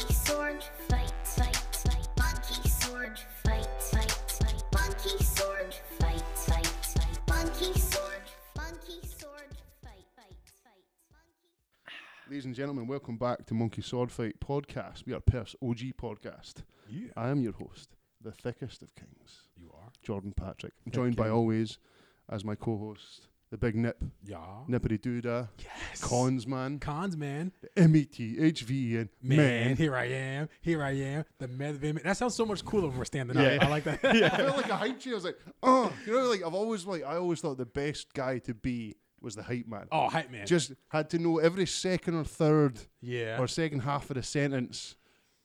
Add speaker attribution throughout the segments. Speaker 1: sword fight fight fight monkey sword fight fight fight monkey sword fight fight fight monkey sword monkey sword fight fight fight monkey
Speaker 2: Ladies and gentlemen, welcome back to Monkey Sword Fight Podcast. We are Perth's OG podcast.
Speaker 3: Yeah.
Speaker 2: I am your host, the thickest of kings,
Speaker 3: You are.
Speaker 2: Jordan Patrick. I'm joined by
Speaker 3: king.
Speaker 2: always as my co-host, the big nip,
Speaker 3: Yeah.
Speaker 2: nippity doodah,
Speaker 3: Yes.
Speaker 2: cons man,
Speaker 3: Cons, man.
Speaker 2: M E T H V E N
Speaker 3: man. here I am. Here I am. The med. the man. That sounds so much cooler when we're standing up.
Speaker 2: Yeah.
Speaker 3: I like that.
Speaker 2: I felt like a hype cheer. I was like, oh, you know, like I've always like I always thought the best guy to be was the hype man.
Speaker 3: Oh, hype man.
Speaker 2: Just had to know every second or third
Speaker 3: yeah.
Speaker 2: or second half of the sentence.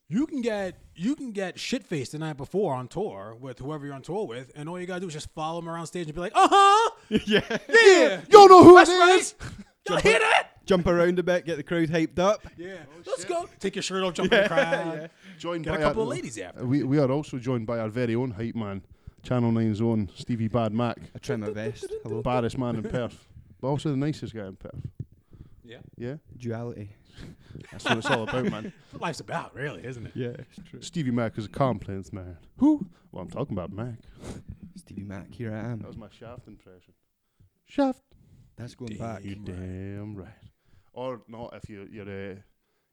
Speaker 3: you can get you can get shit faced the night before on tour with whoever you're on tour with, and all you gotta do is just follow them around stage and be like, uh huh.
Speaker 4: yeah.
Speaker 3: Yeah.
Speaker 2: Y'all know who
Speaker 3: That's
Speaker 2: it is.
Speaker 3: right. Y'all hear that?
Speaker 4: Jump around a bit, get the crowd hyped up.
Speaker 3: Yeah. Let's go. Take your shirt off, jump in the crowd.
Speaker 2: Joined
Speaker 3: Get
Speaker 2: by
Speaker 3: a couple of
Speaker 2: our-
Speaker 3: ladies after.
Speaker 2: Uh, We, we are also joined by our very own hype man, Channel 9's own Stevie Bad Mac,
Speaker 4: I trim my vest. Hello.
Speaker 2: baddest man in Perth, but also the nicest guy in Perth.
Speaker 3: Yeah.
Speaker 2: Yeah,
Speaker 4: Duality.
Speaker 2: that's what it's all about, man.
Speaker 3: What life's about, really, isn't it?
Speaker 4: Yeah, it's true.
Speaker 2: Stevie Mac is a complaints man. Who? Well, I'm talking about Mac.
Speaker 4: Stevie Mac, here I am.
Speaker 2: That was my shaft impression. Shaft.
Speaker 4: That's going back.
Speaker 3: Damn.
Speaker 2: Damn right. Or not if you you're uh,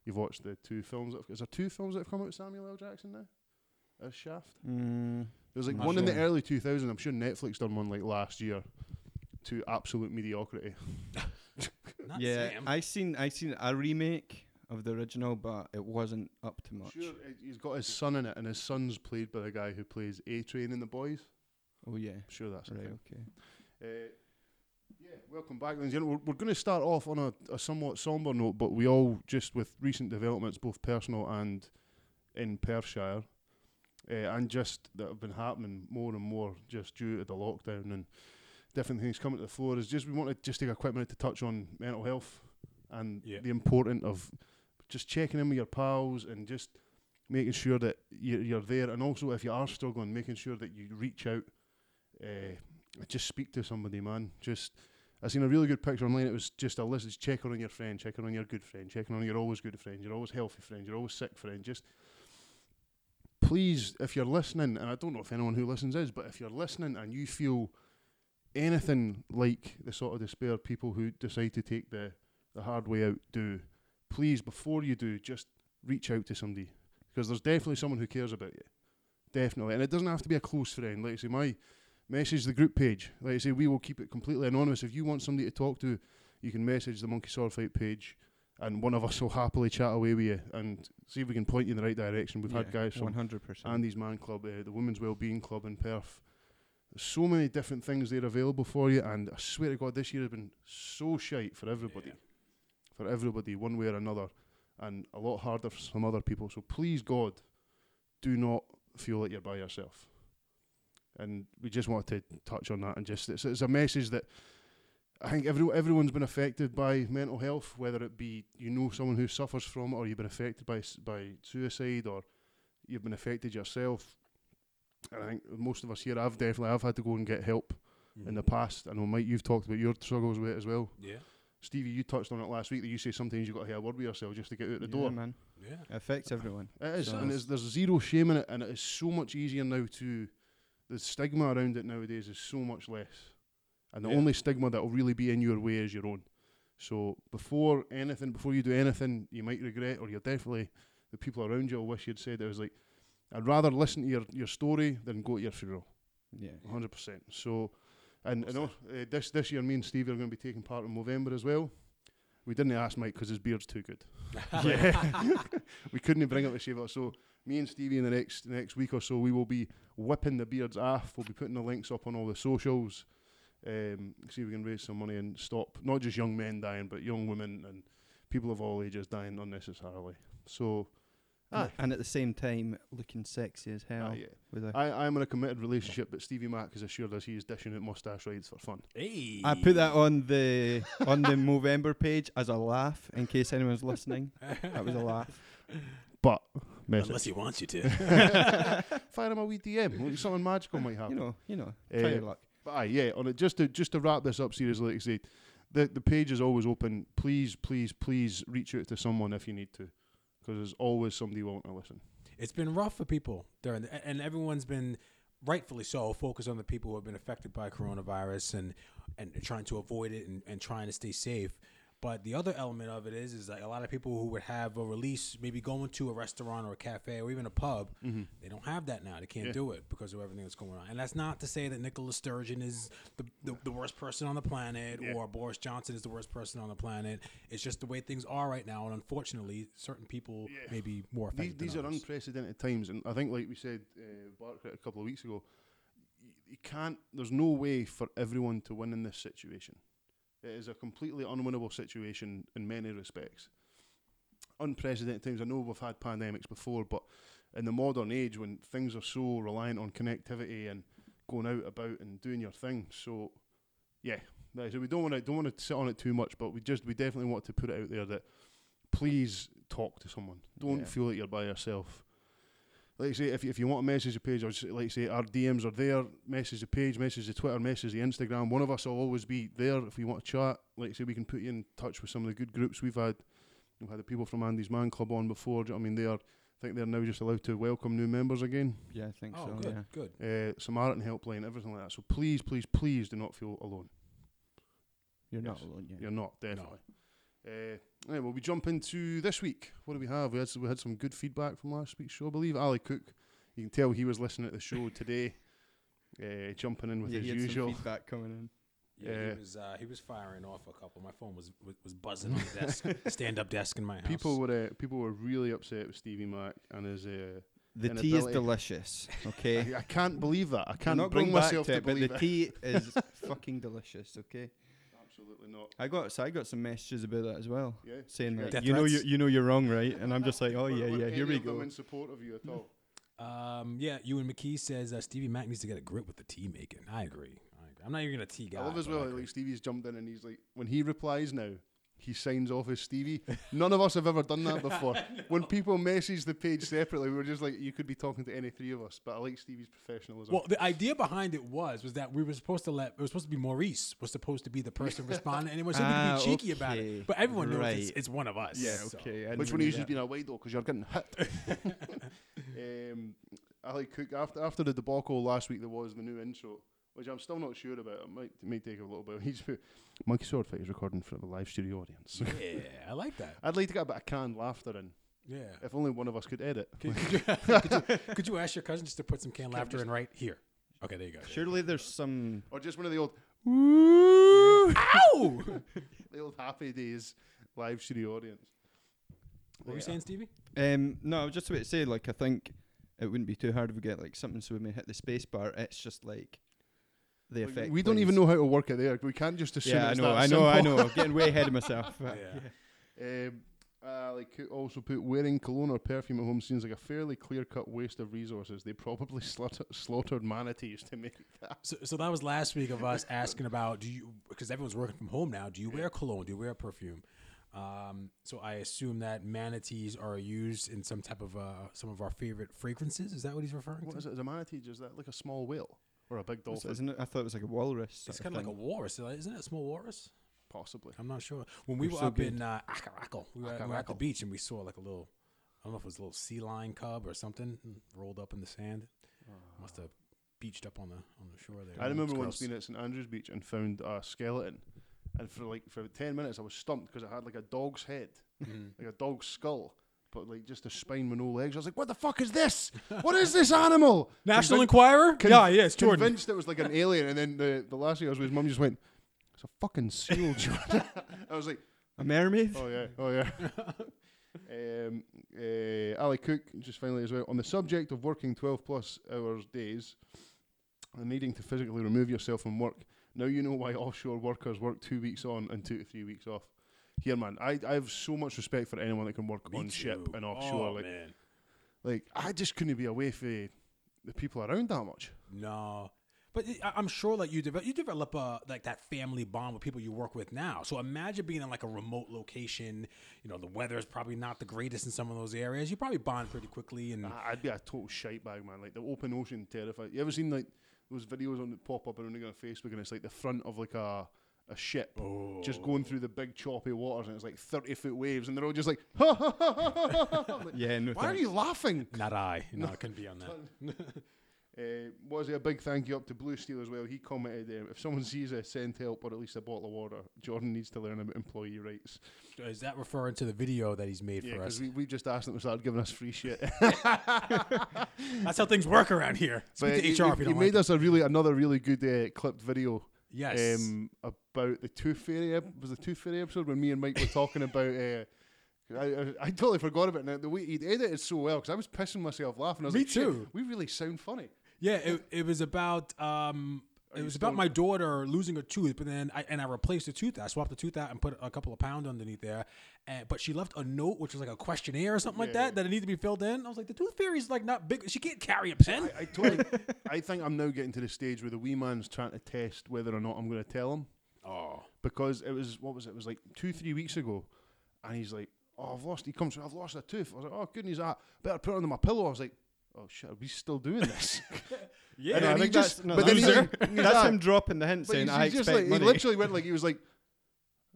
Speaker 2: you've watched the two films. That have, is there two films that have come out with Samuel L. Jackson now? As Shaft.
Speaker 4: Mm,
Speaker 2: There's like
Speaker 4: I'm not
Speaker 2: one in the
Speaker 4: sure.
Speaker 2: early 2000s. I'm sure Netflix done one like last year. To absolute mediocrity.
Speaker 3: Not
Speaker 4: yeah,
Speaker 3: Sam.
Speaker 4: I seen I seen a remake of the original, but it wasn't up to much.
Speaker 2: Sure, it- he's got his son in it, and his son's played by the guy who plays A Train in The Boys.
Speaker 4: Oh yeah.
Speaker 2: I'm sure that's
Speaker 4: Right.
Speaker 2: right.
Speaker 4: Okay.
Speaker 2: Uh, yeah, welcome back, ladies and gentlemen. We're, we're going to start off on a, a somewhat somber note, but we all just with recent developments, both personal and in Perthshire, uh, and just that have been happening more and more just due to the lockdown and different things coming to the floor. Is just we want to just take a quick minute to touch on mental health and
Speaker 3: Yeah.
Speaker 2: the importance of just checking in with your pals and just making sure that you're, you're there, and also if you are struggling, making sure that you reach out. Uh, just speak to somebody, man. Just I seen a really good picture online. It was just a list. It's checking on your friend, checking on your good friend, checking on your always good friend, your always healthy friend, your always sick friend. Just please, if you're listening, and I don't know if anyone who listens is, but if you're listening and you feel anything like the sort of despair people who decide to take the the hard way out do, please before you do, just reach out to somebody because there's definitely someone who cares about you, definitely, and it doesn't have to be a close friend. Like I say, my message the group page. Like I say, we will keep it completely anonymous. If you want somebody to talk to, you can message the Monkey Sword Fight page, and one of us will happily chat away with you and see if we can point you in the right direction. We've had guys
Speaker 4: One
Speaker 2: from
Speaker 4: hundred percent.
Speaker 2: Andy's Man Club, uh, the Women's Wellbeing Club in Perth. There's so many different things there available for you, and I swear to God, this year has been so shite for everybody,
Speaker 3: Yeah.
Speaker 2: for everybody, one way or another, and a lot harder for some other people. So please, God, do not feel that you're by yourself. And we just wanted to touch on that, and just it's, it's a message that I think every, everyone's been affected by mental health, whether it be you know someone who suffers from it, or you've been affected by s- by suicide, or you've been affected yourself. And I think most of us here, I've definitely, I've had to go and get help in
Speaker 3: Mm.
Speaker 2: the past. I know, Mike, you've talked about your struggles with it as well.
Speaker 3: Mm-hmm. Yeah.
Speaker 2: Stevie, you touched on it last week that you say sometimes you've got to have a word with yourself just to get out the door. Ah.
Speaker 4: man.
Speaker 3: Yeah.
Speaker 4: It affects everyone.
Speaker 2: It is,
Speaker 4: So
Speaker 2: and
Speaker 4: it's-
Speaker 2: it's, there's zero shame in it, and it is so much easier now to. The stigma around it nowadays is so much less, and the
Speaker 3: Yeah.
Speaker 2: only stigma that will really be in your way is your own. So before anything, before you do anything, you might regret, or you're definitely the people around you will wish you'd said. It was like, I'd rather listen to your, your story than go to your funeral,
Speaker 4: Yeah.
Speaker 2: 100. percent So, and, and uh, this this year, me and Stevie are going to be taking part in November as well. We didn't ask Mike because his beard's too good yeah. we couldn't bring up the shave. So me and Stevie in the next next week or so, we will be whipping the beards off. We'll be putting the links up on all the socials. Um, see if we can raise some money and stop not just young men dying, but young women and people of all ages dying unnecessarily. So, aye,
Speaker 4: Ah. And at the same time, looking sexy as hell.
Speaker 2: aye, Ah, yeah.
Speaker 4: With a,
Speaker 2: I, I'm in a committed relationship, but Stevie Mack has assured us he is dishing out mustache rides for fun.
Speaker 3: Hey.
Speaker 4: I put that on the on the Movember page as a laugh in case anyone's listening. That was a laugh.
Speaker 2: But
Speaker 3: Unless he wants you to.
Speaker 2: fire him a wee DM, like something magical might happen.
Speaker 4: You know, you know. Try
Speaker 2: Eh,
Speaker 4: your luck.
Speaker 2: But aye, yeah, on it just to just to wrap this up seriously, like I say, the the page is always open. Please, please, please reach out to someone if you need to. because there's always somebody willing to listen.
Speaker 3: It's been rough for people during, the, and everyone's been rightfully so focused on the people who have been affected by coronavirus and and trying to avoid it and, and trying to stay safe. But the other element of it is is like a lot of people who would have a release, maybe going to a restaurant or a cafe or even a pub,
Speaker 2: Mm-hmm.
Speaker 3: they don't have that now. They can't do it because of everything that's going on. And that's not to say that Nicola Sturgeon is the, the, the worst person on the planet or Boris Johnson is the worst person on the planet. It's just the way things are right now, and unfortunately, certain people may be more
Speaker 2: These,
Speaker 3: affected.
Speaker 2: these
Speaker 3: than
Speaker 2: are
Speaker 3: others.
Speaker 2: unprecedented times, and I think, like we said, uh, Barker a couple of weeks ago, you, you can't. There's no way for everyone to win in this situation. It is a completely unwinnable situation in many respects. Unprecedented times. I know we've had pandemics before, but in the modern age, when things are so reliant on connectivity and going out about and doing your thing, so yeah, that is it. we don't want to don't want to sit on it too much, but we just we definitely want to put it out there that please talk to someone. Don't
Speaker 4: Yeah.
Speaker 2: feel like you're by yourself. Like I say, if you, if you want to message the page, or just, like I say, our DMs are there. Message the page, message the Twitter, message the Instagram. One of us will always be there if you want to chat. Like I say, we can put you in touch with some of the good groups we've had. We've had the people from Andy's Man Club on before. Do you know what I mean? They are. I think they're now just allowed to welcome new members again.
Speaker 4: Yeah, I think
Speaker 3: Oh,
Speaker 4: so.
Speaker 3: good,
Speaker 4: Yeah.
Speaker 3: good.
Speaker 2: Uh, Samaritan Helpline, everything like that. So please, please, please do not feel alone.
Speaker 4: You're not
Speaker 2: Yes.
Speaker 4: alone. Yeah.
Speaker 2: You're not definitely. Uh, right, well, we jump into this week. What do we have? We had we had some good feedback from last week's show. I believe Ali Cook. You can tell he was listening at the show today, uh, jumping in with
Speaker 4: Yeah,
Speaker 2: his
Speaker 4: he had some
Speaker 2: usual.
Speaker 4: feedback coming in.
Speaker 3: Yeah,
Speaker 2: Yeah.
Speaker 3: he was uh, he was firing off a couple. My phone was was, was buzzing on the desk, stand up desk in my house.
Speaker 2: People were uh, people were really upset with Stevie Mac and his. Uh,
Speaker 4: The
Speaker 2: And
Speaker 4: tea is
Speaker 2: ability.
Speaker 4: delicious. Okay.
Speaker 2: I, I can't believe that. I
Speaker 4: I'm
Speaker 2: can't
Speaker 4: Eh. not
Speaker 2: bring
Speaker 4: going back
Speaker 2: myself
Speaker 4: to,
Speaker 2: to,
Speaker 4: it, but
Speaker 2: believe
Speaker 4: the
Speaker 2: it.
Speaker 4: tea is fucking delicious. Okay.
Speaker 2: Absolutely not.
Speaker 4: I got so I got some messages about that as well,
Speaker 2: Yeah.
Speaker 4: saying like
Speaker 3: Death
Speaker 4: you know you,
Speaker 3: threats.
Speaker 4: you know you're wrong, right? And I'm just like, oh
Speaker 2: Were-
Speaker 4: yeah,
Speaker 2: were
Speaker 4: yeah,
Speaker 2: any
Speaker 4: here we
Speaker 2: of them
Speaker 4: go.
Speaker 2: In support of you at all.
Speaker 3: Um, yeah, Ewan McKee says uh, Stevie Mac needs to get a grip with the tea making. I agree. I agree. I'm not even a tea guy.
Speaker 2: I love as
Speaker 3: but
Speaker 2: well.
Speaker 3: agree.
Speaker 2: Like Stevie's jumped in and he's like, when he replies now, he signs off as Stevie. None of us have ever done that before. When people message the page separately, we're just like, you could be talking to any three of us. But I like Stevie's professionalism.
Speaker 3: well, the idea behind it was was that we were supposed to let it was supposed to be Maurice was supposed to be the person responding, and it was supposed
Speaker 4: Ah,
Speaker 3: to be cheeky about
Speaker 4: okay.
Speaker 3: it. But everyone knows it's,
Speaker 4: Right.
Speaker 3: it's one of us.
Speaker 4: Yeah.
Speaker 3: so.
Speaker 4: Okay. I
Speaker 2: Which
Speaker 4: didn't
Speaker 2: one
Speaker 4: know
Speaker 2: of you's
Speaker 4: that.
Speaker 2: been away though? Because you're getting hit. um, Ali Cook after after the debacle last week, there was the new intro, which I'm still not sure about. It might it may take a little bit. He's put, Monkey Sword Fight is recording for the live studio audience.
Speaker 3: Yeah, I like that.
Speaker 2: I'd like to get a bit of canned laughter in.
Speaker 3: Yeah.
Speaker 2: If only one of us could edit.
Speaker 3: Could, could you, could, you, could you ask your cousin just to put some canned laughter in right here? Okay, there you go.
Speaker 4: Surely there's some.
Speaker 2: Or just one of the old
Speaker 3: Ow! what
Speaker 2: the old happy days live studio audience.
Speaker 3: were you saying, Stevie?
Speaker 4: Um, no, I was just about to say like I think it wouldn't be too hard if we get like something so when we hit the space bar, it's just like the
Speaker 2: Like,
Speaker 4: effect.
Speaker 2: we don't even
Speaker 4: plays.
Speaker 2: know how to work it there. We can't just assume.
Speaker 4: Yeah, I
Speaker 2: it's
Speaker 4: know,
Speaker 2: that
Speaker 4: I know, I
Speaker 2: simple.
Speaker 4: know. I'm getting way ahead of myself.
Speaker 2: Um, uh, like could also put wearing cologne or perfume at home seems like a fairly clear-cut waste of resources. They probably slaughter- slaughtered manatees to make that.
Speaker 3: So, so that was last week of us asking about do you because everyone's working from home now. Do you wear cologne? Do you wear perfume? Um, so I assume that manatees are used in some type of uh, some of our favorite fragrances. Is that what he's referring
Speaker 2: What
Speaker 3: to?
Speaker 2: is it? Is a manatee just that like a small whale or a big
Speaker 4: So
Speaker 2: dolphin?
Speaker 4: isn't it? I thought it was like a walrus.
Speaker 3: It's
Speaker 4: sort
Speaker 3: kind of like a walrus, isn't it? A small walrus?
Speaker 2: Possibly.
Speaker 3: I'm not sure. When we
Speaker 4: They're
Speaker 3: were
Speaker 4: so
Speaker 3: up
Speaker 4: good.
Speaker 3: in uh, Acaraco, we were, we were at the
Speaker 4: Acaraco.
Speaker 3: beach and we saw like a little, I don't know if it was a little sea lion cub or something rolled up in the sand. Must have beached up on the on the shore there.
Speaker 2: Oh. I remember
Speaker 3: It's
Speaker 2: once
Speaker 3: gross.
Speaker 2: being at St Andrews Beach and found a skeleton, and for like for ten minutes I was stumped because it had like a dog's head,
Speaker 3: Mm-hmm.
Speaker 2: like a dog's skull, but like just a spine with no legs. I was like, "What the fuck is this? What is this animal?"
Speaker 3: National
Speaker 2: Convin-
Speaker 3: Enquirer.
Speaker 2: con-
Speaker 3: yeah, yeah, it's Jordan.
Speaker 2: Convinced it was like an alien, and then the the last thing I was with, mum just went, "It's a fucking seal, Jordan." I was like,
Speaker 4: of- a mermaid.
Speaker 2: Oh yeah, oh yeah. um, uh, Ali Cook just finally as well on the subject of working twelve plus hours days and needing to physically remove yourself from work. Now you know why offshore workers work two weeks on and two to three weeks off. Here, man, I, I have so much respect for anyone that can work
Speaker 3: Me
Speaker 2: on ship
Speaker 3: too.
Speaker 2: and offshore.
Speaker 3: Oh,
Speaker 2: like,
Speaker 3: man.
Speaker 2: like I just couldn't be away from the people around that much.
Speaker 3: No. But I- I'm sure like you develop you develop a like that family bond with people you work with now. So imagine being in like a remote location. You know the weather is probably not the greatest in some of those areas. You probably bond pretty quickly. And
Speaker 2: I- I'd be a total shite bag, man. Like the open ocean terrified. You ever seen like those videos on that pop up and on Facebook, and it's like the front of like a a ship just going through the big choppy waters, and it's like thirty foot waves, and they're all just like, ha ha ha ha ha, ha, ha.
Speaker 4: yeah, no.
Speaker 2: Why are
Speaker 4: thanks.
Speaker 2: you laughing?
Speaker 3: Not I. No, I couldn't be on that.
Speaker 2: Uh, was it a big thank you up to Blue Steel as well? He commented, uh, if someone sees a send help or at least a bottle of water, Jordan needs to learn about employee rights.
Speaker 3: Is that referring to the video that he's made
Speaker 2: Yeah,
Speaker 3: for us?
Speaker 2: because we, we just asked them to start giving us free shit.
Speaker 3: That's how things work around here. Speak
Speaker 2: he,
Speaker 3: to HR
Speaker 2: he-
Speaker 3: if
Speaker 2: he
Speaker 3: you don't like
Speaker 2: made
Speaker 3: it.
Speaker 2: us a really another really good uh, clipped video.
Speaker 3: Yes.
Speaker 2: Um, about the Tooth Fairy ep- was the Tooth Fairy episode when me and Mike were talking about. Uh, I, I, I totally forgot about it. Now the way he'd edited so well because I was pissing myself laughing. I was
Speaker 3: Me
Speaker 2: like, "Shit,
Speaker 3: too.
Speaker 2: We really sound funny.
Speaker 3: Yeah, it, it was about um, it was about my daughter losing her tooth, but then I and I replaced the tooth. I swapped the tooth out and put a couple of pounds underneath there. And, but she left a note, which was like a questionnaire or something like that, that it needed to be filled in. I was like, the tooth fairy's like not big. She can't carry a pen.
Speaker 2: I totally. I think I'm now getting to the stage where the wee man's trying to test whether or not I'm going to tell him.
Speaker 3: Oh,
Speaker 2: because it was what was it? It was like two, three weeks ago, and he's like, "Oh, I've lost." He comes, "I've lost a tooth." I was like, "Oh, goodness, I better put it under my pillow." I was like, "Oh shit, are we still doing this?"
Speaker 3: yeah.
Speaker 2: And I
Speaker 4: he
Speaker 2: think
Speaker 4: just-
Speaker 2: that's-
Speaker 4: no,
Speaker 2: but then
Speaker 4: that's
Speaker 2: he's
Speaker 4: him-
Speaker 2: like- he's
Speaker 4: that's
Speaker 2: like-
Speaker 4: him dropping the hint
Speaker 2: but
Speaker 4: saying,
Speaker 2: he's,
Speaker 4: "I
Speaker 2: he's
Speaker 4: expect
Speaker 2: just like,
Speaker 4: money."
Speaker 2: he literally went like he was like,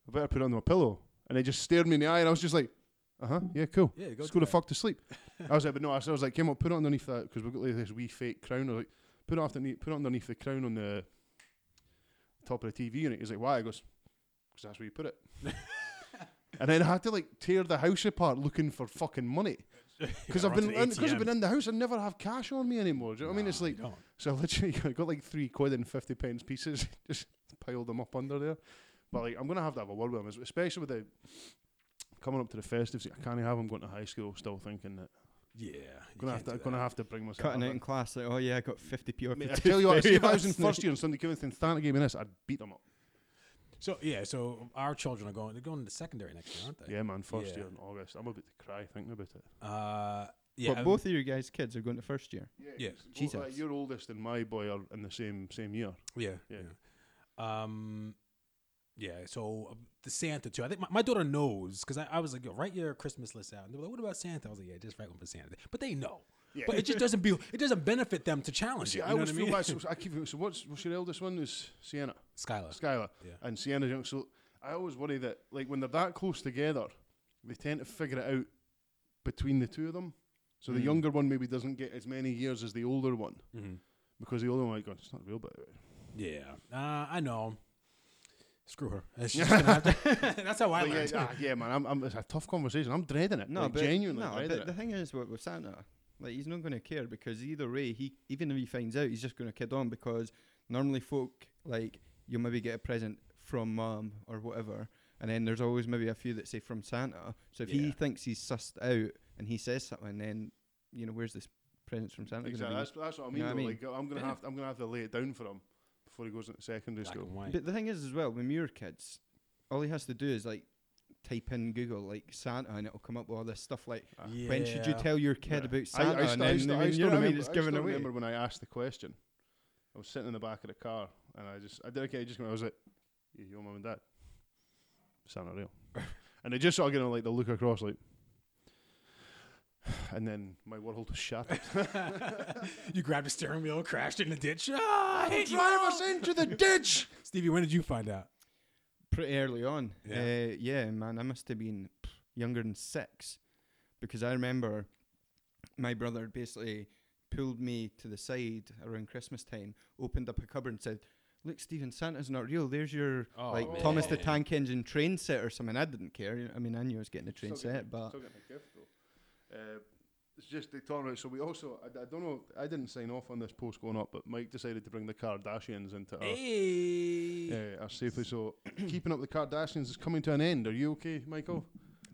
Speaker 2: "I better put it under my pillow," and he just stared me in the eye, and I was just like. Uh huh. Yeah, cool.
Speaker 3: Yeah, go
Speaker 2: Just
Speaker 3: do
Speaker 2: go to
Speaker 3: that.
Speaker 2: fuck to sleep. I was like, but no. I was like, came on, put it underneath that because we've got like this wee fake crown. I was like, put it underneath, put it underneath the crown on the top of the TV unit. He's like, why? I goes, because that's where you put it. and then I had to like tear the house apart looking for fucking money because I've
Speaker 3: run to
Speaker 2: been
Speaker 3: the
Speaker 2: because I've
Speaker 3: ATM.
Speaker 2: been in the house. I never have cash on me anymore. Do you know what I mean? It's like
Speaker 3: don't.
Speaker 2: so I literally I got like three quid and fifty pence pieces, just piled them up under there. But like I'm gonna have to have a word with him, especially with the coming up to the festives. I can't have him going to high school. Still thinking that
Speaker 3: Yeah, you
Speaker 2: gonna have
Speaker 3: can't
Speaker 2: to
Speaker 3: do
Speaker 2: gonna
Speaker 3: that.
Speaker 2: have to bring myself.
Speaker 4: cutting
Speaker 2: up.
Speaker 4: it in class. Like, oh yeah, I got 50 p off.
Speaker 2: Mate,
Speaker 4: the
Speaker 2: I tell you what,
Speaker 4: tooth
Speaker 2: see, if I was in
Speaker 4: fairy last
Speaker 2: first year and somebody came in and started giving this, I'd beat them up.
Speaker 3: So yeah, so our children are going. They're going to secondary next year, aren't they?
Speaker 2: Yeah, man, first
Speaker 3: Yeah.
Speaker 2: year in August. I'm about to cry thinking about it.
Speaker 3: Uh,
Speaker 4: night.
Speaker 3: yeah.
Speaker 4: But both of you guys' kids are going to first year.
Speaker 3: Yeah.
Speaker 2: Both, uh,
Speaker 4: Jesus.
Speaker 2: your oldest and my boy are in the same same year.
Speaker 3: Yeah, yeah.
Speaker 2: Yeah.
Speaker 3: Um, yeah. So uh, the Santa too. I think my, my daughter knows because I, I was like, Yo, write your Christmas list out, and they were like, "What about Santa?" I was like, "Yeah, just write one for Santa." But they know. But it just doesn't be. It doesn't benefit them to challenge.
Speaker 2: See,
Speaker 3: it, you
Speaker 2: I
Speaker 3: know
Speaker 2: always
Speaker 3: what I
Speaker 2: feel
Speaker 3: mean?
Speaker 2: bad. So, I keep, so what's, what's your eldest one? Is Sienna?
Speaker 3: Skylar.
Speaker 2: Skylar
Speaker 3: Yeah.
Speaker 2: and Sienna Young. So I always worry that like when they're that close together, they tend to figure it out between the two of them. So the
Speaker 4: Mm.
Speaker 2: younger one maybe doesn't get as many years as the older one because the older one like God, it's not real, but
Speaker 3: Mm-hmm. Yeah. Uh, I know. Screw her. And she's just gonna have to- that's how I
Speaker 2: But yeah,
Speaker 3: learned.
Speaker 2: ah, yeah, man, I'm, I'm, it's a tough conversation. I'm dreading it.
Speaker 4: Oh, No,
Speaker 2: like,
Speaker 4: but
Speaker 2: genuinely
Speaker 4: no,
Speaker 2: dreading
Speaker 4: but
Speaker 2: it.
Speaker 4: the thing is with, with Santa, like he's not going to care because either way, he even if he finds out, he's just going to kid on because normally folk like you maybe get a present from mum or whatever, and then there's always maybe a few that say from Santa. So if
Speaker 3: Yeah.
Speaker 4: he thinks he's sussed out and he says something, then you know where's this presents from Santa? gonna
Speaker 2: exactly.
Speaker 4: be?
Speaker 2: That's, that's what I mean.
Speaker 4: know what I
Speaker 2: though,
Speaker 4: mean?
Speaker 2: Like, I'm gonna
Speaker 4: Yeah.
Speaker 2: have to, I'm gonna have to lay it down for him before he goes into secondary
Speaker 3: Black
Speaker 2: school.
Speaker 3: and white.
Speaker 4: But the thing is, as well, when you're kids, all he has to do is like type in Google like Santa, and it'll come up with all this stuff like. When should you
Speaker 3: Uh, Yeah.
Speaker 4: tell your kid
Speaker 2: Yeah.
Speaker 4: about
Speaker 2: I,
Speaker 4: Santa?
Speaker 2: I, st-
Speaker 4: and
Speaker 2: I,
Speaker 4: then,
Speaker 2: st-
Speaker 4: I
Speaker 2: I
Speaker 4: mean, you
Speaker 2: still
Speaker 4: know what I mean?
Speaker 2: remember-
Speaker 4: It's
Speaker 2: I
Speaker 4: given
Speaker 2: still
Speaker 4: away.
Speaker 2: remember when I asked the question. I was sitting in the back of the car and I just, I did okay. I just, went- I was like, "You, your mum and dad, Santa real," and they just sort of you know, like they look across like, and then my world was shattered.
Speaker 3: you grabbed a steering wheel, crashed it in the ditch. Ah, I hate you
Speaker 2: Drive
Speaker 3: all.
Speaker 2: us into the ditch.
Speaker 3: Stevie, when did you find out?
Speaker 4: pretty early on.
Speaker 3: Yeah.
Speaker 4: Yeah, uh, yeah man, I must have been pff, younger than six because I remember my brother basically pulled me to the side around Christmas time, opened up a cupboard and said, "Look, Stephen, Santa's not real. There's your
Speaker 3: Oh,
Speaker 4: like Thomas the
Speaker 3: man.
Speaker 4: Tank Engine train set or something." I didn't care. you know, I mean, I knew I was getting a train
Speaker 2: Still getting-
Speaker 4: set, but
Speaker 2: still getting a gift though. Uh, it's just they talking about. So we also, I, I don't know, I didn't sign off on this post going up, but Mike decided to bring the Kardashians into our,
Speaker 3: Hey.
Speaker 2: uh, our safely. So keeping up the Kardashians is coming to an end. Are you okay, Michael?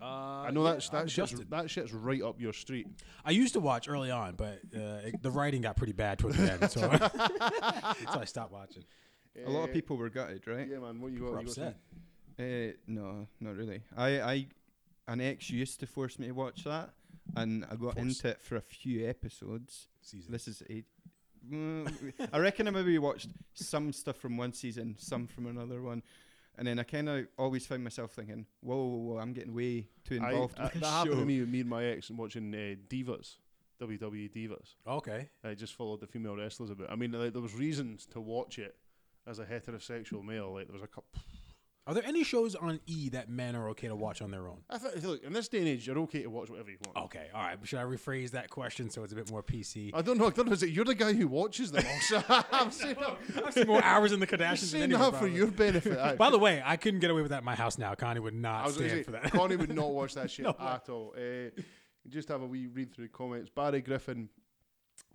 Speaker 3: Uh,
Speaker 2: I know
Speaker 3: yeah,
Speaker 2: that's that
Speaker 3: I'm
Speaker 2: shit's,
Speaker 3: adjusted.
Speaker 2: that shit's right up your street.
Speaker 3: I used to watch early on, but uh, it, the writing got pretty bad toward the end, so, so I stopped watching.
Speaker 4: a lot
Speaker 2: Uh,
Speaker 4: of people were gutted, right?
Speaker 2: Yeah, man. What you got?
Speaker 3: We're
Speaker 2: you got
Speaker 3: upset.
Speaker 4: Uh, no, not really. I, I, an ex used to force me to watch that, and I got
Speaker 3: Forced.
Speaker 4: into it for a few episodes.
Speaker 3: Season.
Speaker 4: This is eight. Mm, I reckon I maybe watched some stuff from one season, some from another one, and then I kind of always find myself thinking, "Whoa, whoa, whoa I'm getting way too
Speaker 2: something? I-
Speaker 4: involved."
Speaker 2: I-
Speaker 4: with
Speaker 2: that
Speaker 4: this
Speaker 2: happened
Speaker 4: show."
Speaker 2: to me, me and my ex, and watching uh, divas, WWE divas.
Speaker 3: Okay.
Speaker 2: I just followed the female wrestlers a bit. I mean, like, there was reasons to watch it as a heterosexual male. Like there was a couple.
Speaker 3: Are there any shows on E that men are okay to watch on their own?
Speaker 2: I thought, look, in this day and age, you're okay to watch whatever you want.
Speaker 3: Okay, all right. Should I rephrase that question so it's a bit more PC?
Speaker 2: I don't know. I don't know. Is it you're the guy who watches them? Also, I'm saying,
Speaker 3: I've seen more hours in the
Speaker 2: I'm
Speaker 3: Kardashians. than
Speaker 2: saying
Speaker 3: anyone,
Speaker 2: that for
Speaker 3: probably.
Speaker 2: your benefit. aye.
Speaker 3: By the way, I couldn't get away with that in my house now. Connie would
Speaker 2: I
Speaker 3: not
Speaker 2: was
Speaker 3: stand
Speaker 2: going to say,
Speaker 3: for that.
Speaker 2: Connie would not watch that shit at all. Uh, just have a wee read through comments. Barry Griffin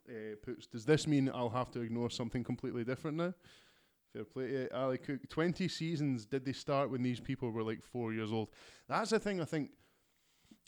Speaker 2: uh, puts, does this mean I'll have to ignore something completely different now? Fair play to you. Ali Cook, 20 seasons, did they start when these people were like four years old? That's the thing I think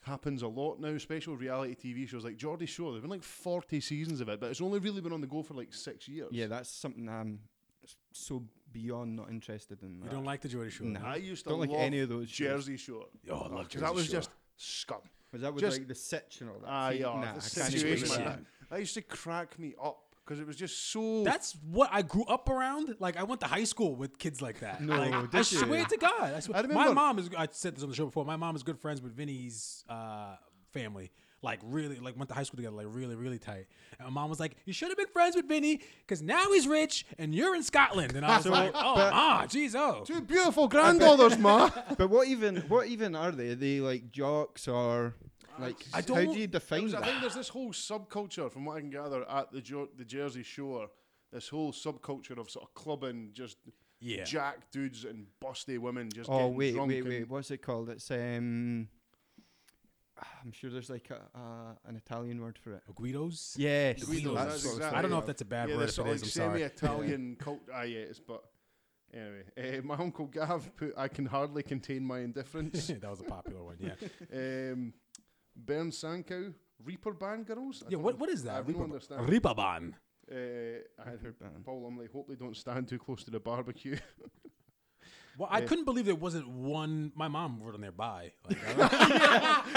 Speaker 2: happens a lot now, especially with reality TV shows like Geordie Shore. There've been like 40 seasons of it, but it's only really been on the go for like six years.
Speaker 4: Yeah, that's something I'm s- so beyond not interested in.
Speaker 3: You
Speaker 4: that.
Speaker 3: don't like the Geordie Shore?
Speaker 4: Nah.
Speaker 2: I used to
Speaker 4: Don't
Speaker 2: love
Speaker 4: like any of those shows.
Speaker 2: Jersey Shore.
Speaker 3: Oh, I love
Speaker 2: 'Cause that
Speaker 3: Jersey
Speaker 2: was
Speaker 3: Shore.
Speaker 2: just scum.
Speaker 4: Was that with
Speaker 2: Just-
Speaker 4: like the sitch and all that?
Speaker 2: Ah,
Speaker 4: See,
Speaker 2: yeah,
Speaker 4: nah,
Speaker 2: the
Speaker 4: I can't
Speaker 3: situation
Speaker 4: explain
Speaker 3: like
Speaker 4: that.
Speaker 2: situation. That used to crack me up because it was just so.
Speaker 3: That's what I grew up around. Like I went to high school with kids like that.
Speaker 4: No,
Speaker 3: Like, I
Speaker 4: did you?
Speaker 3: swear to God. I swear.
Speaker 2: I
Speaker 3: my
Speaker 2: remember-
Speaker 3: mom is. I said this on the show before. My mom is good friends with Vinny's uh, family. Like really, like went to high school together. Like really, really tight. And my mom was like, "You should have been friends with Vinny because now he's rich and you're in Scotland." And I was like, "Oh, ma, jeez, oh."
Speaker 2: two beautiful granddaughters, ma.
Speaker 4: But what even what even are they? Are they like jocks or like
Speaker 3: I
Speaker 4: how
Speaker 3: don't-
Speaker 4: do you define
Speaker 2: I think
Speaker 4: that?
Speaker 2: there's this whole subculture, from what I can gather, at the jo- the Jersey Shore. This whole subculture of sort of clubbing, just
Speaker 3: Yeah.
Speaker 2: jack dudes and busty women, just
Speaker 4: Oh
Speaker 2: getting
Speaker 4: wait,
Speaker 2: drunk
Speaker 4: wait,
Speaker 2: and-
Speaker 4: wait. What's it called? It's um I'm sure there's like a, uh, an Italian word for it.
Speaker 3: Guidos.
Speaker 4: Yes.
Speaker 2: Guidos, that's
Speaker 4: that's what it's
Speaker 2: exactly-
Speaker 4: called,
Speaker 3: I don't know
Speaker 4: yeah.
Speaker 3: if that's a bad
Speaker 2: yeah,
Speaker 3: word.
Speaker 2: this
Speaker 3: If it
Speaker 2: sort of
Speaker 3: is,
Speaker 2: like
Speaker 3: I'm sorry.
Speaker 2: semi-Italian cult. Ah, yeah, it's but anyway, eh, my uncle Gav put, "I can hardly contain my indifference."
Speaker 3: that was a popular one. Yeah.
Speaker 2: um, Bern Sankow, Reaper Band girls. I
Speaker 3: Yeah.
Speaker 2: don't
Speaker 3: What,
Speaker 2: know.
Speaker 3: what is that?
Speaker 2: I don't understand.
Speaker 3: Ripaban.
Speaker 2: Uh, I
Speaker 4: I've heard that.
Speaker 2: Paul Lumley, hope they don't stand too close to the barbecue.
Speaker 3: Well, I
Speaker 2: Yeah.
Speaker 3: couldn't believe there wasn't one. My mom wrote on there by. Like, I don't-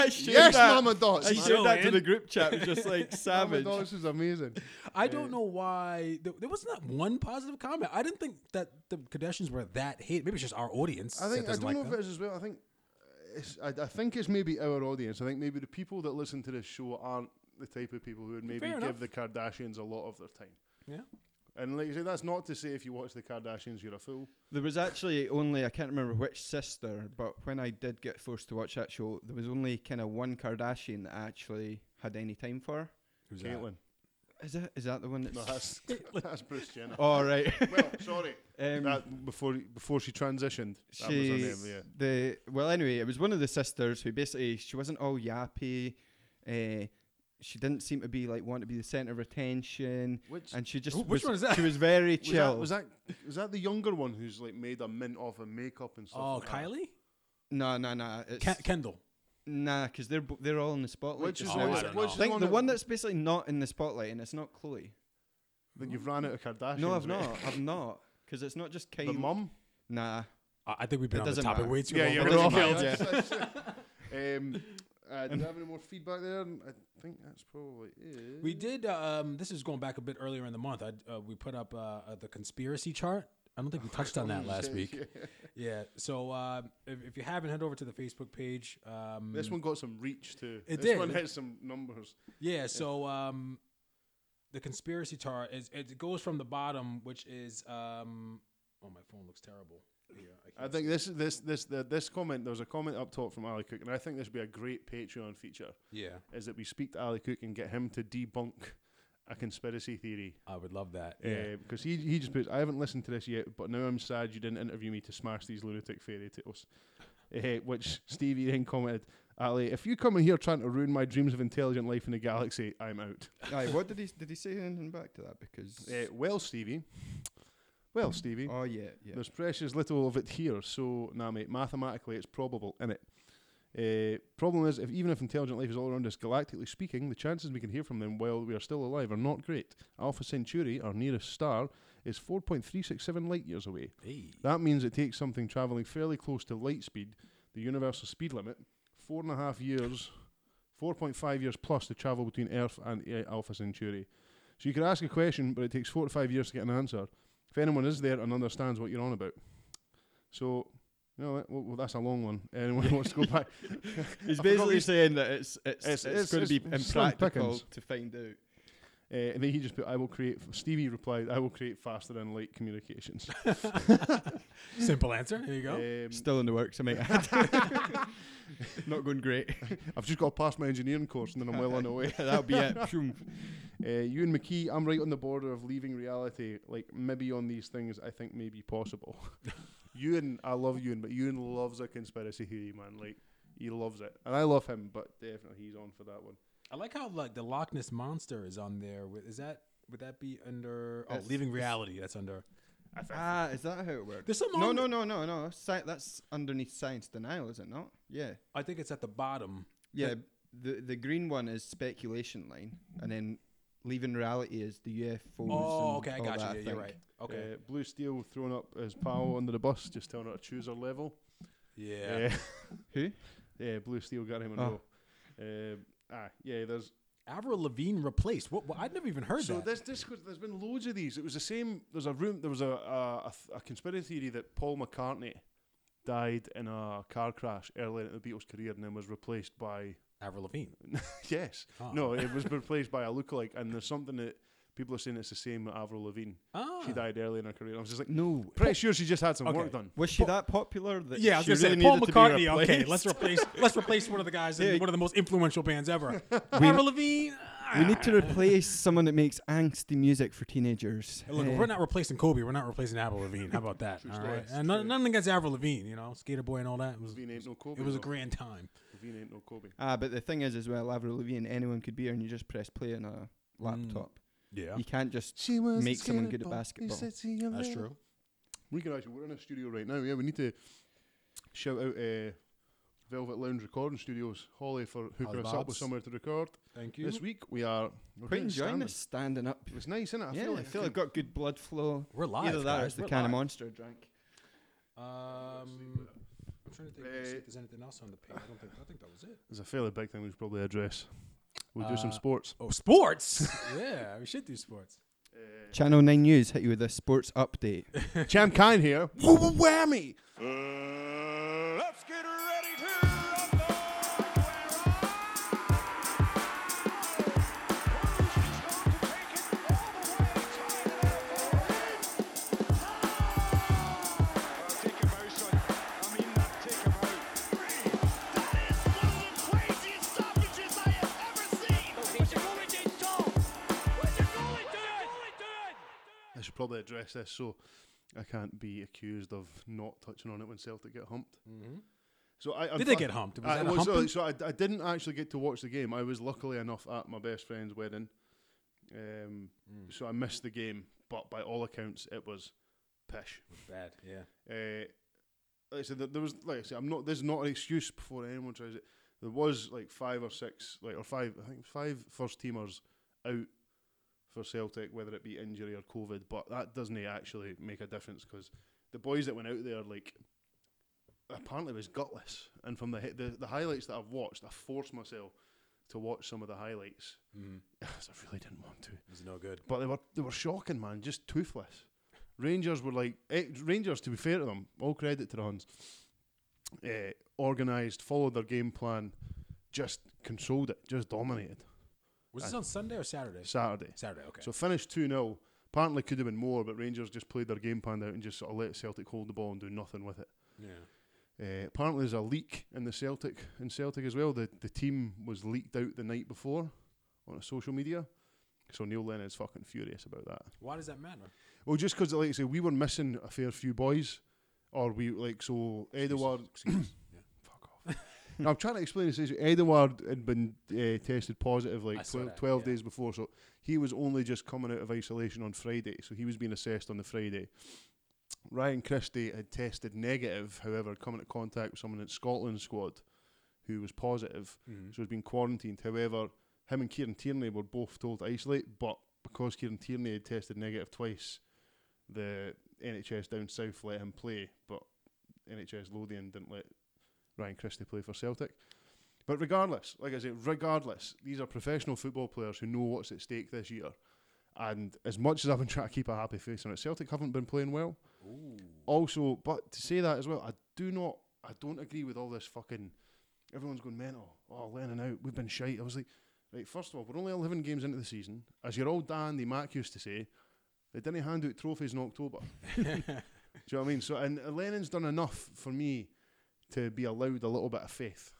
Speaker 4: I shared
Speaker 2: yes,
Speaker 4: that.
Speaker 2: Mama Dots.
Speaker 4: I
Speaker 3: Mama
Speaker 4: shared that to
Speaker 3: Dots.
Speaker 4: the group chat. It was just like
Speaker 2: Mama
Speaker 4: savage.
Speaker 2: Dots is amazing.
Speaker 3: I don't know why there, there was not one positive comment. I didn't think that the Kardashians were that hate. Maybe it's just our audience.
Speaker 2: I think I
Speaker 3: that doesn't
Speaker 2: don't
Speaker 3: like
Speaker 2: know if
Speaker 3: them.
Speaker 2: it is as well. I think it's, I, I think it's maybe our audience. I think maybe the people that listen to this show aren't the type of people who would maybe
Speaker 3: Fair
Speaker 2: give
Speaker 3: enough.
Speaker 2: the Kardashians a lot of their time.
Speaker 3: Yeah.
Speaker 2: And like you say, that's not to say if you watch the Kardashians, you're a fool.
Speaker 4: There was actually only I can't remember which sister, but when I did get forced to watch that show, there was only kind of one Kardashian that I actually had any time for.
Speaker 3: Who's that?
Speaker 2: Caitlyn,
Speaker 4: Is that is that the one
Speaker 2: no,
Speaker 4: that's?
Speaker 2: that's that's Bruce Jenner.
Speaker 3: Oh.
Speaker 4: All right.
Speaker 2: Well, sorry.
Speaker 4: Um,
Speaker 2: that before before she transitioned, that was her
Speaker 4: she
Speaker 2: name. Yeah.
Speaker 4: the well anyway, it was one of the sisters who basically she wasn't all yappy. Uh, she didn't seem to be like want to be the center of attention,
Speaker 2: Oh, Which
Speaker 4: and she just
Speaker 3: Who- which
Speaker 4: was,
Speaker 3: one is that?
Speaker 4: She was very
Speaker 2: Was that,
Speaker 4: chill.
Speaker 2: was that was that the younger one who's like made a mint off of makeup and stuff?
Speaker 3: Oh,
Speaker 2: like that?
Speaker 3: Kylie?
Speaker 4: No, no, no. It's,
Speaker 3: Ke- Kendall.
Speaker 4: nah, because they're bo- they're all in the spotlight.
Speaker 2: Which is
Speaker 3: Oh,
Speaker 4: just now.
Speaker 3: I
Speaker 2: which,
Speaker 3: don't
Speaker 2: which is
Speaker 3: know.
Speaker 4: I think the
Speaker 2: that-
Speaker 4: one that's basically not in the spotlight, and it's not Chloe.
Speaker 2: that you've ran out of Kardashians.
Speaker 4: No, I've
Speaker 2: with.
Speaker 4: not. I've not. Because it's not just Kylie.
Speaker 2: The mum.
Speaker 4: Nah.
Speaker 3: I I think we've been on
Speaker 4: It
Speaker 3: the
Speaker 4: doesn't
Speaker 3: topic
Speaker 4: matter.
Speaker 3: way too
Speaker 2: Yeah,
Speaker 3: long.
Speaker 2: yeah, we're off
Speaker 3: but it doesn't matter.
Speaker 4: yeah.
Speaker 2: that. That's- that's it. Um, uh, do we have any more feedback there? Um, I think that's probably it.
Speaker 3: We did. Um, this is going back a bit earlier in the month. I, uh, we put up uh, uh, the conspiracy chart. I don't think we touched on that
Speaker 2: Oh,
Speaker 3: last week. Yeah. So uh, if, if you haven't, head over to the Facebook page. Um,
Speaker 2: This one got some reach too.
Speaker 3: It
Speaker 2: this
Speaker 3: did.
Speaker 2: one hit some numbers.
Speaker 3: Yeah, so um, the conspiracy chart is it goes from the bottom, which is um, oh my phone looks terrible. Yeah, I
Speaker 2: I
Speaker 3: can't
Speaker 2: think this this this the, this comment. There was a comment up top from Ali Cook, and I think this would be a great Patreon feature.
Speaker 3: see- yeah,
Speaker 2: Is that we speak to Ali Cook and get him to debunk a conspiracy theory
Speaker 3: I would love that. Yeah,
Speaker 2: because he he just puts, I haven't listened to this yet, but now I'm sad you didn't interview me to smash these lunatic fairy tales. Eh, which Stevie then commented, Ali, if you come in here trying to ruin my dreams of intelligent life in the galaxy, I'm out.
Speaker 4: Aye, what did he did he say anything back to that? Because
Speaker 2: Eh, well, Stevie, well, Stevie,
Speaker 4: oh yeah, yeah.
Speaker 2: there's precious little of it here, so nah, mate, mathematically it's probable, innit? Uh, problem is, if even if intelligent life is all around us, galactically speaking, the chances we can hear from them while we are still alive are not great. Alpha Centauri, our nearest star, is 4.367 light years away.
Speaker 3: hey,
Speaker 2: That means it takes something traveling fairly close to light speed, the universal speed limit, four and a half years, 4.5 years plus to travel between Earth and uh, Alpha Centauri. So you could ask a question, but it takes four to five years to get an answer. If anyone is there and understands what you're on about. So, you know, what, well, that's a long one. Anyone wants to go back?
Speaker 4: He's
Speaker 2: I forgot
Speaker 4: basically
Speaker 2: we-
Speaker 4: saying that it's it's,
Speaker 2: It's-
Speaker 4: it's,
Speaker 2: it's-
Speaker 4: going to be
Speaker 2: it's slim
Speaker 4: impractical
Speaker 2: pickings.
Speaker 4: to find out.
Speaker 2: Uh, and then he just put, "I will create." Stevie replied, "I will create faster and light communications."
Speaker 3: Simple answer. There you go.
Speaker 2: Um,
Speaker 4: Still in the works, I might add. Not going great.
Speaker 2: I've just got to pass my engineering course, and then I'm well on the way.
Speaker 4: That'll be it. Phew.
Speaker 2: Uh, Ewan McKee, I'm right on the border of leaving reality. Like maybe on these things, I think may be possible. Ewan, I love Ewan, but Ewan loves a conspiracy theory, man. Like he loves it, and I love him, but definitely he's on for that one.
Speaker 3: I like how like the Loch Ness monster is on there. With, is that would that be under? Oh,
Speaker 4: That's-
Speaker 3: leaving reality. That's under.
Speaker 4: ah, is that how it works?
Speaker 3: There's some
Speaker 4: No,
Speaker 3: on-
Speaker 4: no, no, no, no. Sci- that's underneath science denial, is it not? Yeah.
Speaker 3: I think it's at the bottom.
Speaker 4: Yeah, the the green one is speculation line, and then leaving reality is the UFOs.
Speaker 3: Oh,
Speaker 4: and
Speaker 3: okay, I
Speaker 4: all
Speaker 3: got
Speaker 4: that,
Speaker 3: you. Yeah, you're
Speaker 4: think.
Speaker 3: right. Okay.
Speaker 2: Uh, Blue Steel thrown up as pal under the bus, just telling her to choose her level.
Speaker 3: yeah. Ah.
Speaker 4: Who?
Speaker 2: Yeah, yeah Blue Steel got him in a row.
Speaker 4: Oh.
Speaker 2: Uh, ah, yeah, there's
Speaker 3: Avril Lavigne replaced. What, what? I'd never even heard
Speaker 2: so
Speaker 3: that.
Speaker 2: this this was- there's been loads of these. It was the same. There's a room. There was a a, a, th- a conspiracy theory that Paul McCartney died in a car crash early in the Beatles' career and then was replaced by
Speaker 3: Avril Lavigne.
Speaker 2: yes,
Speaker 3: Huh.
Speaker 2: no, it was replaced by a lookalike. And there's something that people are saying it's the same with Avril Lavigne.
Speaker 3: Ah.
Speaker 2: She died early in her career. I was just like,
Speaker 4: No.
Speaker 2: pretty sure she just had some
Speaker 3: Okay.
Speaker 2: work done.
Speaker 4: Was she that popular? That
Speaker 3: Yeah, I was
Speaker 4: she
Speaker 3: gonna
Speaker 4: really
Speaker 3: say Paul
Speaker 4: needed to be
Speaker 3: McCartney. Okay,
Speaker 4: replaced?
Speaker 3: let's replace let's replace one of the guys in
Speaker 4: Yeah.
Speaker 3: one of the most influential bands ever. Avril Lavigne. Ah.
Speaker 4: We need to replace someone that makes angsty music for teenagers.
Speaker 3: Hey, Look,
Speaker 4: Eh,
Speaker 3: we're not replacing Kobe. We're not replacing Avril Lavigne. How about that? all
Speaker 2: story,
Speaker 3: right.
Speaker 2: it's
Speaker 3: And no,
Speaker 2: true.
Speaker 3: nothing against Avril Lavigne. You know, Skater Boy and all that. It was,
Speaker 2: Lavigne ain't no Kobe.
Speaker 3: it was a
Speaker 2: though.
Speaker 3: grand time.
Speaker 2: Lavigne ain't no Kobe.
Speaker 4: Ah, but the thing is, as well, Avril Lavigne, anyone could be her, and you just press play on a laptop.
Speaker 3: Mm, Yeah,
Speaker 4: You can't just.
Speaker 2: She was
Speaker 4: Make someone good at basketball.
Speaker 3: that's true.
Speaker 2: We can actually. We're in a studio right now. Yeah, we need to shout out uh, Velvet Lounge Recording Studios, Holly, for hooking
Speaker 3: How's
Speaker 2: us up with
Speaker 3: Bob's?
Speaker 2: somewhere to record.
Speaker 3: Thank you.
Speaker 2: This week we are we're
Speaker 4: Quite
Speaker 2: doing
Speaker 4: enjoying
Speaker 2: standing.
Speaker 4: this standing up.
Speaker 2: It was nice, innit? I
Speaker 4: yeah,
Speaker 2: feel like
Speaker 4: I feel I've
Speaker 2: can-
Speaker 4: got good blood flow.
Speaker 3: We're live.
Speaker 4: Either that or
Speaker 3: guys.
Speaker 4: it's the
Speaker 3: We're
Speaker 4: can
Speaker 3: live.
Speaker 4: of monster I drank.
Speaker 3: Um, I'm trying to think
Speaker 2: Uh,
Speaker 3: if there's anything else on the page. I don't think. I think that was it.
Speaker 2: There's a fairly big thing we should probably address. We'll do some
Speaker 3: Uh,
Speaker 2: sports.
Speaker 3: Oh, sports. yeah, we should do sports.
Speaker 4: Channel 9 News hit you with a sports update.
Speaker 2: Cham Kine here. Woo woo whammy.
Speaker 5: Uh, Let's get ready to rumble.
Speaker 2: I should probably address this so I can't be accused of not touching on it when Celtic get humped.
Speaker 3: Mhm.
Speaker 2: So I
Speaker 3: Did they get humped? Was
Speaker 2: I,
Speaker 3: that a
Speaker 2: was-
Speaker 3: humping?
Speaker 2: Uh, so I, I didn't actually get to watch the game. I was luckily enough at my best friend's wedding, um,
Speaker 3: Mm,
Speaker 2: so I missed the game. But by all accounts, it was pish.
Speaker 3: Bad. Yeah.
Speaker 2: Uh, like I said, there- there was like I said, I'm not. There's not an excuse before anyone tries it. There was like five or six, like or five, I think five first teamers out for Celtic, whether it be injury or COVID. But that doesn't actually make a difference because the boys that went out there, like apparently, was gutless. And from the hi- the, the highlights that I've watched, I forced myself to watch some of the highlights.
Speaker 3: Mm.
Speaker 2: Because I really didn't want to.
Speaker 3: It was no good.
Speaker 2: But they were they were shocking, man. Just toothless. Rangers were like eh, Rangers. To be fair to them, all credit to the Huns. Eh, organised, followed their game plan, just controlled it, just dominated.
Speaker 3: Was this on Sunday or Saturday?
Speaker 2: Saturday,
Speaker 3: Saturday. Okay.
Speaker 2: so finished two 0 Apparently could have been more, but Rangers just played their game plan out and just sort of let Celtic hold the ball and do nothing with it.
Speaker 3: yeah.
Speaker 2: Uh, apparently, there's a leak in the Celtic in Celtic as well. The the team was leaked out the night before on social media, so Neil Lennon's fucking furious about that.
Speaker 3: Why does that matter?
Speaker 2: Well, just because, like I say, we were missing a fair few boys, or we like so Edward.
Speaker 3: Excuses. Yeah.
Speaker 2: Fuck off. No, I'm trying to explain this. issue. Edward had been uh, tested positive
Speaker 3: I
Speaker 2: like
Speaker 3: saw
Speaker 2: 12,
Speaker 3: that,
Speaker 2: 12
Speaker 3: yeah.
Speaker 2: days before, so he was only just coming out of isolation on Friday, so he was being assessed on the Friday. Ryan Christie had tested negative, however, coming into contact with someone in Scotland's squad who was positive,
Speaker 3: Mhm.
Speaker 2: so he's been quarantined. However, him and Kieran Tierney were both told to isolate, but because Kieran Tierney had tested negative twice, the NHS down south let him play, but NHS Lothian didn't let Ryan Christie play for Celtic. But regardless, like I say, regardless, these are professional football players who know what's at stake this year. And as much as I've been trying to keep a happy face on it, Celtic haven't been playing well. Also, but to say that as well, I do not, oh, I don't agree with all this fucking. Everyone's going mental. Oh, Lennon out. We've been shite. I was like, Right, first of all, we're only 11 games into the season. As your old Dandy Mac used to say, they didn't hand out trophies in October. Do you know what I mean? So, and Lennon's done enough for me to be allowed a little bit of faith.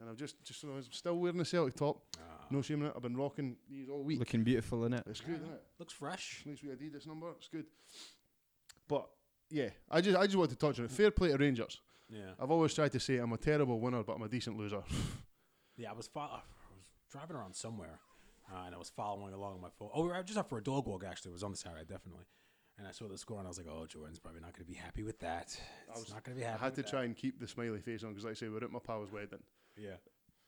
Speaker 2: And I've just, just I'm still wearing the Celtic top. No shame in it. I've been rocking these all week.
Speaker 4: Looking beautiful in it.
Speaker 2: It's good, isn't it?
Speaker 3: Looks fresh.
Speaker 2: At least we did this number. It's good. But yeah, I just I just want to touch on it. Fair play to Rangers.
Speaker 3: Yeah.
Speaker 2: I've always tried to say I'm a terrible winner, but I'm a decent loser.
Speaker 3: Yeah, I was, fo- I was driving around somewhere, uh, and I was following along on my phone. Oh, we were just up for a dog walk. Actually, it was on the Saturday, definitely. And I saw the score, and I was like, "Oh, Jordan's probably not going to be happy with that. It's not going to be
Speaker 2: I
Speaker 3: happy."
Speaker 2: had to
Speaker 3: with
Speaker 2: try and keep the smiley face on because, like I say, we're at my pal's wedding.
Speaker 3: that. Yeah.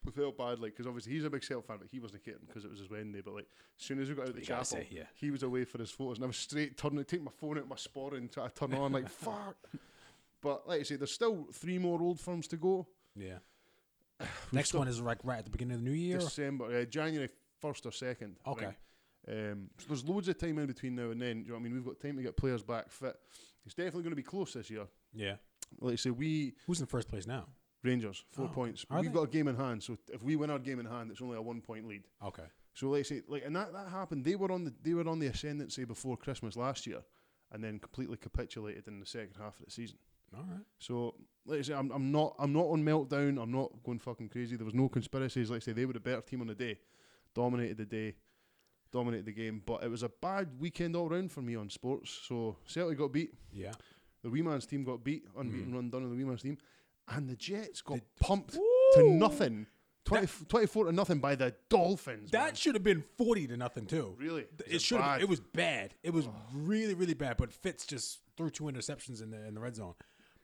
Speaker 2: We felt bad, like, because obviously he's a big Celtic fan, but he wasn't kidding because it was his wedding day. But like, as soon as we got out of the
Speaker 3: you gotta
Speaker 2: chapel,
Speaker 3: say, yeah.
Speaker 2: he was away for his photos, and I was straight turning, take my phone out of my spot and try to turn on, like, fuck. But like I say, there's still three more old firms to go.
Speaker 3: Yeah. Next one is like right at the beginning of the new year.
Speaker 2: December, uh, January first or second. I
Speaker 3: Okay.
Speaker 2: think. Um, so there's loads of time in between now and then. Do you know what I mean? We've got time to get players back fit. It's definitely going to be close this year.
Speaker 3: yeah.
Speaker 2: Like I say, we
Speaker 3: Who's in first place now?
Speaker 2: Rangers four
Speaker 3: Oh,
Speaker 2: points.
Speaker 3: are
Speaker 2: We've
Speaker 3: they?
Speaker 2: got a game in hand, so if we win our game in hand, it's only a one point lead.
Speaker 3: Okay.
Speaker 2: So like I say, like and that, that happened. They were on the they were on the ascendancy before Christmas last year, and then completely capitulated in the second half of the season.
Speaker 3: All right.
Speaker 2: So like I say, I'm, I'm not I'm not on meltdown. I'm not going fucking crazy. There was no conspiracies. Like I say, they were the better team on the day, dominated the day, dominated the game. But it was a bad weekend all round for me on sports. So Celtic got beat.
Speaker 3: Yeah.
Speaker 2: The wee man's team got beat,
Speaker 3: Hmm.
Speaker 2: unbeaten run done on the wee man's team, and the Jets got
Speaker 3: The-
Speaker 2: pumped to
Speaker 3: Woo!
Speaker 2: nothing, 20, 24 to nothing by the Dolphins. man.
Speaker 3: That should have been forty to nothing too.
Speaker 2: Really?
Speaker 3: Th-
Speaker 2: Is it
Speaker 3: It should.
Speaker 2: bad?
Speaker 3: It was bad. It was really, really bad. But Fitz just threw two interceptions in the in the red zone.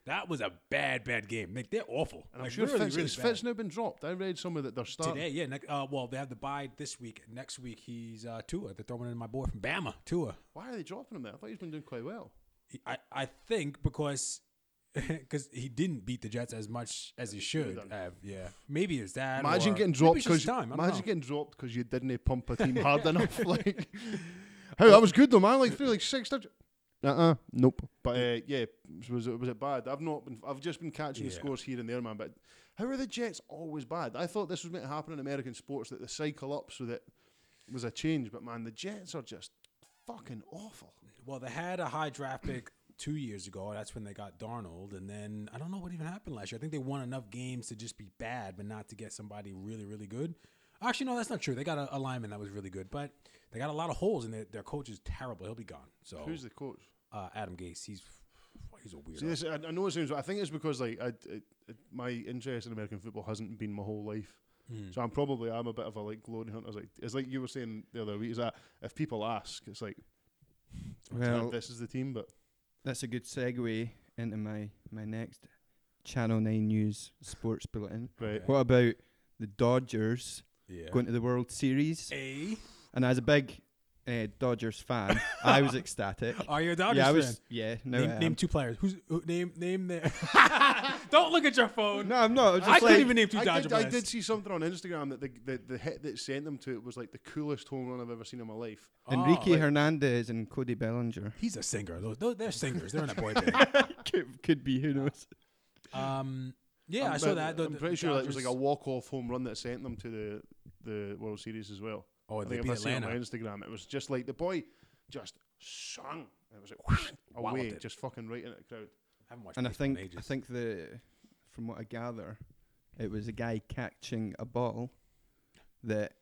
Speaker 3: That was a bad, bad game. Like they're awful.
Speaker 2: and I'm
Speaker 3: Like,
Speaker 2: sure
Speaker 3: really,
Speaker 2: Fitz,
Speaker 3: really
Speaker 2: has
Speaker 3: bad.
Speaker 2: Fitz now been dropped. I read somewhere that they're starting.
Speaker 3: Today, yeah. Nec- uh, well, they have the bye this week. Next week, he's uh, Tua. They're throwing in my boy from Bama, Tua.
Speaker 2: Why are they dropping him? There? I thought he's been doing quite well.
Speaker 3: He- I, I think because because he didn't beat the Jets as much as he should
Speaker 2: done.
Speaker 3: have. Yeah, maybe it's that.
Speaker 2: Imagine
Speaker 3: or-
Speaker 2: getting
Speaker 3: maybe
Speaker 2: dropped
Speaker 3: it's
Speaker 2: because
Speaker 3: just time. I don't
Speaker 2: imagine
Speaker 3: know.
Speaker 2: getting dropped 'cause you didn't pump a team hard enough. Like, hey, that was good though, man. Like threw like six touch. Uh uh nope. But uh, yeah, was it was it bad? I've not been. I've just been catching the
Speaker 3: Yeah.
Speaker 2: scores here and there, man. But how are the Jets always bad? I thought this was meant to happen in American sports that they cycle up so that it was a change. But man, the Jets are just fucking awful.
Speaker 3: Well, they had a high draft pick two years ago. That's when they got Darnold, and then I don't know what even happened last year. I think they won enough games to just be bad, but not to get somebody really, really good. Actually, no, that's not true. They got a, a lineman that was really good, but they got a lot of holes, and their, their coach is terrible. He'll be gone. So
Speaker 2: Who's the coach?
Speaker 3: uh, Adam Gase? He's he's a weirdo.
Speaker 2: See, this, I, I know it sounds. I think it's because like I, it, it, my interest in American football hasn't been my whole life.
Speaker 3: Hmm.
Speaker 2: So I'm probably I'm a bit of a like glory hunter. It's like it's like you were saying the other week. Is that if people ask, it's like
Speaker 4: Well,
Speaker 2: this is the team, but
Speaker 4: that's a good segue into my my next Channel Nine News sports bulletin.
Speaker 2: right.
Speaker 3: Okay.
Speaker 4: What about the Dodgers
Speaker 3: yeah. Eh.
Speaker 4: going to the World Series?
Speaker 3: a
Speaker 4: And as a big uh, Dodgers fan, I was ecstatic.
Speaker 3: are you Oh, a Dodgers
Speaker 4: yeah, I
Speaker 3: fan?
Speaker 4: was. Yeah, no, um,
Speaker 3: name,
Speaker 4: I am.
Speaker 3: name two players. Who's who, name name their Don't look at your phone.
Speaker 4: No, I'm not. I, was
Speaker 3: I
Speaker 4: just
Speaker 3: couldn't
Speaker 4: like-
Speaker 3: even name two
Speaker 2: I
Speaker 3: Dodger
Speaker 2: did, I
Speaker 3: players.
Speaker 2: did see something on Instagram that the, the the hit that sent them to it was like the coolest home run I've ever seen in my life.
Speaker 3: Oh,
Speaker 4: Enrique
Speaker 3: like-
Speaker 4: Hernandez and Cody Bellinger.
Speaker 3: He's a singer. Those, those, they're singers. They're in a boy band.
Speaker 4: could, could be who knows.
Speaker 3: Um, yeah,
Speaker 2: I'm,
Speaker 3: i saw
Speaker 2: bet-
Speaker 3: that. The-
Speaker 2: I'm
Speaker 3: the-
Speaker 2: pretty
Speaker 3: the
Speaker 2: sure that it was like
Speaker 3: Dodgers-
Speaker 2: a walk off home run that sent them to the the World Series as well.
Speaker 3: Oh,
Speaker 2: I
Speaker 3: they
Speaker 2: think
Speaker 3: beat
Speaker 2: if I see it on my
Speaker 3: Atlanta.
Speaker 2: Instagram, it was just like the boy just sung. It was like whoosh, away,
Speaker 3: Walloped it.
Speaker 2: just fucking right in the crowd.
Speaker 3: I haven't watched
Speaker 4: And I
Speaker 3: baseball in
Speaker 4: think I
Speaker 3: ages.
Speaker 4: think the from what I gather, it was a guy catching a ball that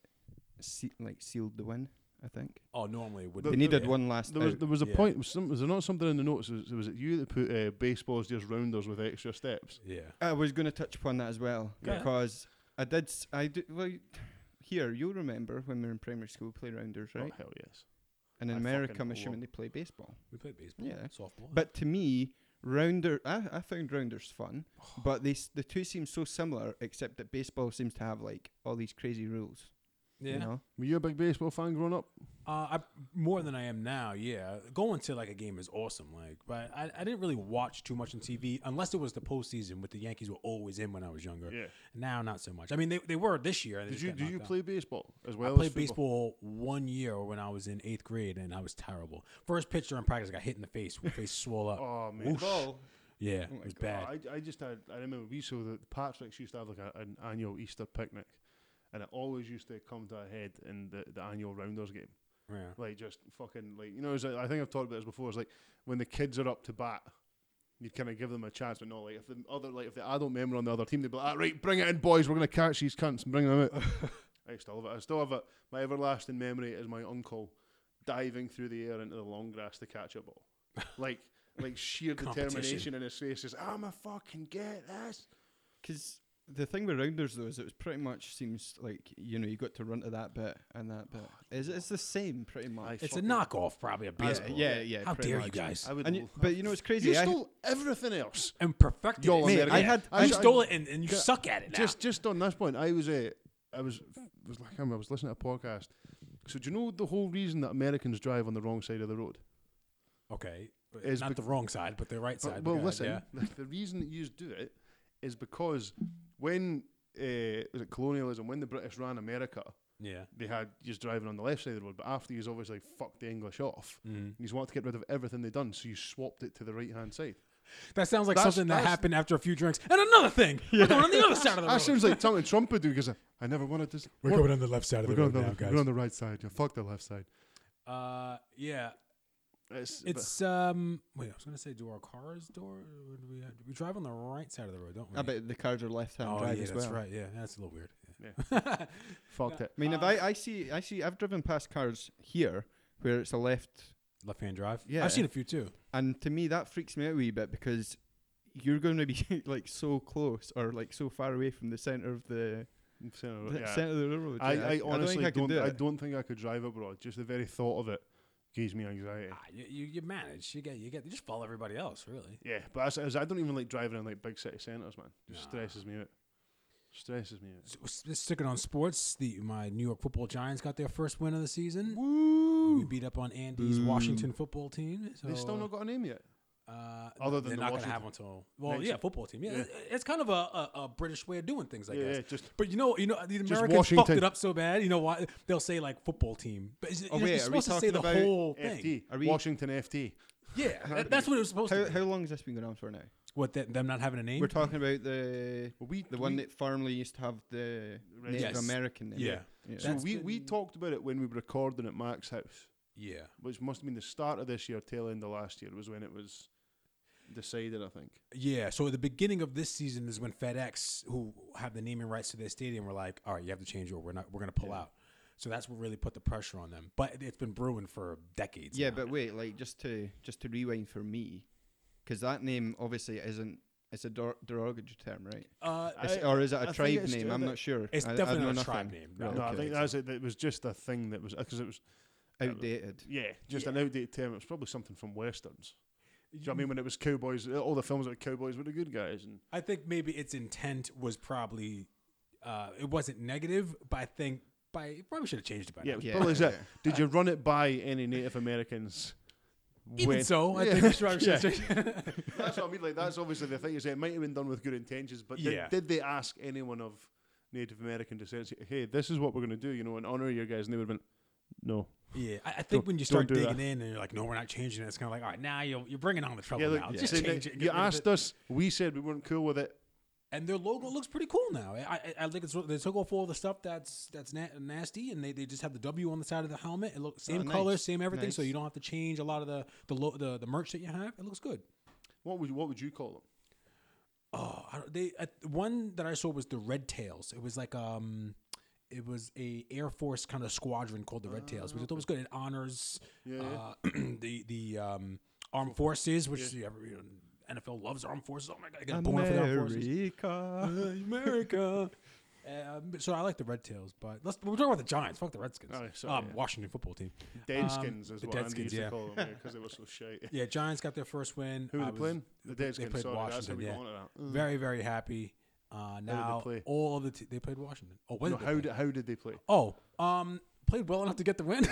Speaker 4: se- like sealed the win. I think
Speaker 3: Oh, normally it would.
Speaker 2: But
Speaker 4: they
Speaker 3: be,
Speaker 4: needed
Speaker 3: yeah.
Speaker 4: one last.
Speaker 2: There was
Speaker 4: out.
Speaker 2: there was a
Speaker 3: Uh, Yeah.
Speaker 2: point. Was, some, was there not something in the notes? Was, was it you that put uh, baseballs just rounders with extra steps?
Speaker 3: Yeah.
Speaker 4: I was going to touch upon that as well
Speaker 3: Go ahead.
Speaker 4: because I did. s- I did. Well, you- here you'll remember when we were in primary school, play rounders, right?
Speaker 2: Oh hell yes.
Speaker 4: And in
Speaker 2: I
Speaker 4: America,
Speaker 2: fucking
Speaker 4: I'm assuming
Speaker 2: love-
Speaker 4: they play baseball.
Speaker 3: We played baseball.
Speaker 4: Yeah.
Speaker 3: Softball.
Speaker 4: But to me, rounder, I, I found rounders fun, but they s- the two seem so similar, except that baseball seems to have like all these crazy rules.
Speaker 3: yeah.
Speaker 4: You know?
Speaker 2: Were you a big baseball fan growing up?
Speaker 3: Uh, I, more than I am now, yeah. Going to like a game is awesome, like, but I, I didn't really watch too much on TV unless it was the postseason, which the Yankees were always in when I was younger.
Speaker 2: Yeah.
Speaker 3: Now, not so much. I mean, they, they were this year. and
Speaker 2: Did
Speaker 3: they just
Speaker 2: you
Speaker 3: got
Speaker 2: did you
Speaker 3: knocked out.
Speaker 2: play baseball as well?
Speaker 3: I played
Speaker 2: as football?
Speaker 3: baseball one year when I was in eighth grade, and I was terrible. First pitch during practice, I got hit in the face. My face swole up.
Speaker 2: Oh man,
Speaker 3: Whoosh. Yeah, it was bad.
Speaker 2: I, I just had, I remember we saw that the Patricks used to have like a, an annual Easter picnic, and it always used to come to a head in the, the annual rounders game.
Speaker 3: Yeah.
Speaker 2: Like just fucking like you know, it's like, I think I've talked about this before. It's like when the kids are up to bat, you kind of give them a chance, but not like if the other like if the adult member on the other team, they'd be like, ah, right, bring it in, boys, we're gonna catch these cunts and bring them out. I still have it. I still have it. My everlasting memory is my uncle diving through the air into the long grass to catch a ball, like like sheer
Speaker 3: Competition.
Speaker 2: determination in his face. Says, "I'm a fucking get this."
Speaker 4: Because the thing with rounders though is it was pretty much seems like you know you got to run to that bit and that bit.
Speaker 3: Oh,
Speaker 4: Is it's the same pretty much.
Speaker 3: It's a
Speaker 2: fucking-
Speaker 3: knockoff, probably a baseball.
Speaker 4: yeah, yeah,
Speaker 3: How
Speaker 4: pretty
Speaker 3: dare you
Speaker 4: much.
Speaker 3: guys?
Speaker 2: I would.
Speaker 4: And
Speaker 2: l-
Speaker 4: you, but eh? you know it's crazy.
Speaker 2: you
Speaker 4: I-
Speaker 2: stole everything else.
Speaker 3: and perfected
Speaker 2: Y'all
Speaker 3: it.
Speaker 2: Mate, American.
Speaker 4: I had-
Speaker 3: you
Speaker 4: I-
Speaker 3: stole it and, and you
Speaker 2: Ca-
Speaker 3: suck at it now.
Speaker 2: just just on this point, I was uh, I was was like I remember I was listening to a podcast. So do you know the whole reason that Americans drive on the wrong side of the road?
Speaker 3: okay, but
Speaker 2: Is
Speaker 3: not
Speaker 2: bec-
Speaker 3: the wrong side, but the
Speaker 2: But-
Speaker 3: right side.
Speaker 2: well,
Speaker 3: because,
Speaker 2: listen,
Speaker 3: yeah.
Speaker 2: the, the reason that you do it is because when uh, was it colonialism? When the British ran America,
Speaker 3: yeah,
Speaker 2: they had you driving on the left side of the road. But after you obviously fucked the English off,
Speaker 3: Mm.
Speaker 2: you wanted to get rid of everything they done, so you swapped it to the right hand side.
Speaker 3: that sounds like
Speaker 2: That's-
Speaker 3: something that
Speaker 2: that's-
Speaker 3: happened after a few drinks. And another thing, we're going on the other side of the road.
Speaker 2: That Ah, sounds like something Trump would do because I, I never wanted to. s-
Speaker 3: we're
Speaker 2: wa-
Speaker 3: going on the left side of
Speaker 2: we're
Speaker 3: the
Speaker 2: going
Speaker 3: road
Speaker 2: on the,
Speaker 3: now,
Speaker 2: we're going
Speaker 3: guys.
Speaker 2: on the right side. Yeah, fuck the left side.
Speaker 3: Uh, yeah,
Speaker 2: It's, but-
Speaker 3: it's um. Wait, I was gonna say, do our cars door? or Do we, do we drive on the right side of the road? Don't we?
Speaker 4: I bet the cars are left-hand
Speaker 3: Oh
Speaker 4: drive
Speaker 3: yeah,
Speaker 4: as
Speaker 3: that's
Speaker 4: well.
Speaker 3: right. Yeah, that's a little weird. Yeah.
Speaker 2: fucked it.
Speaker 4: I mean, if
Speaker 3: Um,
Speaker 4: I, I see, I see, I've driven past cars here where it's a left,
Speaker 3: Left hand drive.
Speaker 4: Yeah.
Speaker 3: I've seen a few too.
Speaker 4: and to me that freaks me out a wee bit because you're going to be like so close or like so far away from the center of the,
Speaker 2: Center,
Speaker 4: the
Speaker 2: Oh, yeah.
Speaker 4: center of the road.
Speaker 2: I,
Speaker 4: yeah,
Speaker 2: I honestly
Speaker 4: I
Speaker 2: don't.
Speaker 4: don't think I,
Speaker 2: I
Speaker 4: could do
Speaker 2: don't think I could drive abroad. Just the very thought of it gives me anxiety.
Speaker 3: Ah, you, you you manage. You get you get you just follow everybody else really.
Speaker 2: Yeah, but that's, that's- I don't even like driving in like big city centres, man. It
Speaker 3: Nah.
Speaker 2: stresses me out. Stresses me out.
Speaker 3: So, s- just sticking on sports, the my New York Football Giants got their first win of the season. We
Speaker 2: Woo!
Speaker 3: beat up on Andy's
Speaker 4: Boo.
Speaker 3: Washington football team. So,
Speaker 2: They still not got a name yet.
Speaker 3: uh,
Speaker 2: Other than the
Speaker 3: they're not going to
Speaker 2: Washington-
Speaker 3: have one until well,
Speaker 2: Next-
Speaker 3: yeah, football team. Yeah,
Speaker 2: yeah.
Speaker 3: it- it's kind of a, a, a British way of doing things, I
Speaker 2: yeah,
Speaker 3: guess.
Speaker 2: yeah, just
Speaker 3: But you know, you know, the Americans fucked
Speaker 2: Washington.
Speaker 3: it up so bad. You know why? They'll say like football team, but is,
Speaker 4: Oh,
Speaker 3: you're,
Speaker 4: wait,
Speaker 3: you're
Speaker 4: are we
Speaker 3: supposed to say
Speaker 4: talking
Speaker 3: the
Speaker 4: about
Speaker 3: whole thing.
Speaker 2: FT.
Speaker 4: Are we-
Speaker 2: Washington FT.
Speaker 3: Yeah,
Speaker 4: How
Speaker 3: that-
Speaker 4: do
Speaker 3: that's
Speaker 4: we-
Speaker 3: what it was supposed
Speaker 4: that.
Speaker 3: to.
Speaker 4: How,
Speaker 3: be.
Speaker 4: how long has this been going on for now?
Speaker 3: what that, them not having a name?
Speaker 4: We're talking about the
Speaker 2: Well, we
Speaker 4: the one
Speaker 2: we,
Speaker 4: that formerly used to have the Native
Speaker 3: Yes.
Speaker 4: American name.
Speaker 3: Yeah.
Speaker 2: So
Speaker 3: That's
Speaker 2: we,
Speaker 3: been-
Speaker 2: we talked about it when we were recording at Mac's house,
Speaker 3: yeah.
Speaker 2: which must have been the start of this year, tail end of last year was when it was decided. I think.
Speaker 3: Yeah, so at the beginning of this season is when FedEx, who have the naming rights to their stadium, were like, "All right, you have to change, or we're not, we're going to pull out." So that's what really put the pressure on them. But it's been brewing for decades.
Speaker 4: Yeah,
Speaker 3: now.
Speaker 4: but wait, like just to just to rewind for me, because that name obviously isn't. It's a dor- derogatory term, right?
Speaker 3: uh,
Speaker 4: Is-
Speaker 2: I-
Speaker 4: or is it
Speaker 2: I
Speaker 4: a
Speaker 2: think
Speaker 4: tribe
Speaker 2: it's
Speaker 4: name?
Speaker 2: ju-
Speaker 4: I'm
Speaker 2: that-
Speaker 4: not sure.
Speaker 3: it's
Speaker 4: I- I
Speaker 3: definitely
Speaker 4: know
Speaker 3: not a tribe
Speaker 4: nothing.
Speaker 3: name, no.
Speaker 2: No, I
Speaker 4: okay.
Speaker 2: think that's it. It was just a thing that was because it was
Speaker 4: outdated.
Speaker 2: yeah, just an outdated term. It was probably something from westerns. Do you know what I
Speaker 3: Mm.
Speaker 2: mean? When it was cowboys, all the films about cowboys were the good guys, and
Speaker 3: I think maybe its intent was probably uh, it wasn't negative, but I think by it probably should have changed it by
Speaker 2: yeah, it
Speaker 3: now.
Speaker 2: was
Speaker 4: Yeah,
Speaker 2: probably
Speaker 4: yeah,
Speaker 2: that. Did you run it by any Native Americans?
Speaker 3: Even
Speaker 2: when-
Speaker 3: so, I
Speaker 2: Yeah.
Speaker 3: think we should probably
Speaker 2: Yeah.
Speaker 3: should have changed. it.
Speaker 2: that's what I mean. Like that's obviously the thing is, it might have been done with good intentions, but did,
Speaker 3: Yeah.
Speaker 2: did they ask anyone of Native American descent, say, "Hey, this is what we're going to do," you know, in honor of your guys? And they would have been, "No."
Speaker 3: yeah, I, I think
Speaker 2: Don't-
Speaker 3: when you
Speaker 2: don't
Speaker 3: start
Speaker 2: do
Speaker 3: digging
Speaker 2: that.
Speaker 3: in and you're like, "No, we're not changing it," it's kind of like, "All right, now you're, you're bringing on the trouble
Speaker 2: look,
Speaker 3: now. Just
Speaker 2: say
Speaker 3: change
Speaker 2: that-
Speaker 3: it." and get
Speaker 2: You
Speaker 3: rid of it."
Speaker 2: asked us. We said we weren't cool with it.
Speaker 3: and their logo looks pretty cool now. I, I, I think it's they took off all the stuff that's that's na- nasty, and they, they just have the W on the side of the helmet. It looks same
Speaker 4: nice.
Speaker 3: color, same everything, so
Speaker 4: Nice.
Speaker 3: you don't have to change a lot of the the, lo- the the merch that you have. It looks good.
Speaker 2: What would what would you call them?
Speaker 3: Oh, I don't- they uh, one that I saw was the Red Tails. It was like um, it was a Air Force kind of squadron called the Red Tails, which I thought was good. It honors
Speaker 2: Yeah, yeah.
Speaker 3: uh, the the um, armed forces, which the every, you know, NFL loves armed forces. Oh my god, I got born for the armed forces.
Speaker 4: America.
Speaker 3: America. Um, but- so I like the Red Tails, but let's we're talking about the Giants. Fuck the Redskins.
Speaker 2: Oh, sorry,
Speaker 3: um,
Speaker 2: yeah.
Speaker 3: Washington football team.
Speaker 2: Deadskins
Speaker 3: Um,
Speaker 2: is
Speaker 3: the
Speaker 2: what Andy
Speaker 3: Deadskins,
Speaker 2: used
Speaker 3: yeah.
Speaker 2: to call them because they were so shite.
Speaker 3: Yeah, Giants got their first win.
Speaker 2: Who were
Speaker 3: I
Speaker 2: they
Speaker 3: was
Speaker 2: playing? The
Speaker 3: they
Speaker 2: Deadskins.
Speaker 3: played
Speaker 2: Sorry, that's how
Speaker 3: Washington,
Speaker 2: we
Speaker 3: yeah.
Speaker 2: got on to that.
Speaker 3: very very happy. Uh, now
Speaker 2: play?
Speaker 3: all of the te- they played Washington. Oh, when
Speaker 2: No,
Speaker 3: did they
Speaker 2: how
Speaker 3: play?
Speaker 2: did how did they play?
Speaker 3: oh um played well enough to get the win.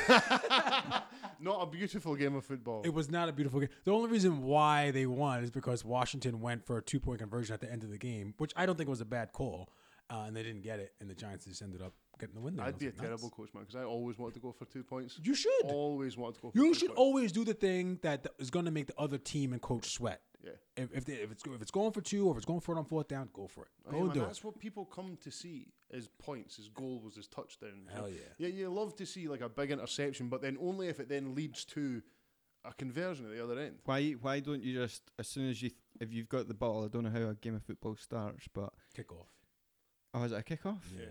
Speaker 2: Not a beautiful game of football.
Speaker 3: it was not a beautiful game. The only reason why they won is because Washington went for a two point conversion at the end of the game, which I don't think was a bad call, uh, and they didn't get it, and the Giants just ended up getting the win. There. I
Speaker 2: I'd
Speaker 3: was
Speaker 2: be a
Speaker 3: like, nice.
Speaker 2: terrible coach, man, because I always wanted to go for two points.
Speaker 3: You should.
Speaker 2: always wanted to go. For
Speaker 3: You
Speaker 2: two
Speaker 3: should
Speaker 2: points.
Speaker 3: always do the thing that th- is going to make the other team and coach sweat.
Speaker 2: Yeah.
Speaker 3: If if, they, if it's go- if it's going for two or if it's going for it on fourth down, go for it.
Speaker 2: Aye,
Speaker 3: Go and
Speaker 2: man,
Speaker 3: do it.
Speaker 2: that's what people come to see is points, his goal was his touchdown.
Speaker 3: Hell yeah.
Speaker 2: Yeah, you love to see like a big interception, but then only if it then leads to a conversion at the other end.
Speaker 4: Why why don't you just as soon as you th- if you've got the ball? I don't know how a game of football starts, but
Speaker 3: Kick off.
Speaker 4: oh, is it a kickoff?
Speaker 3: Yeah.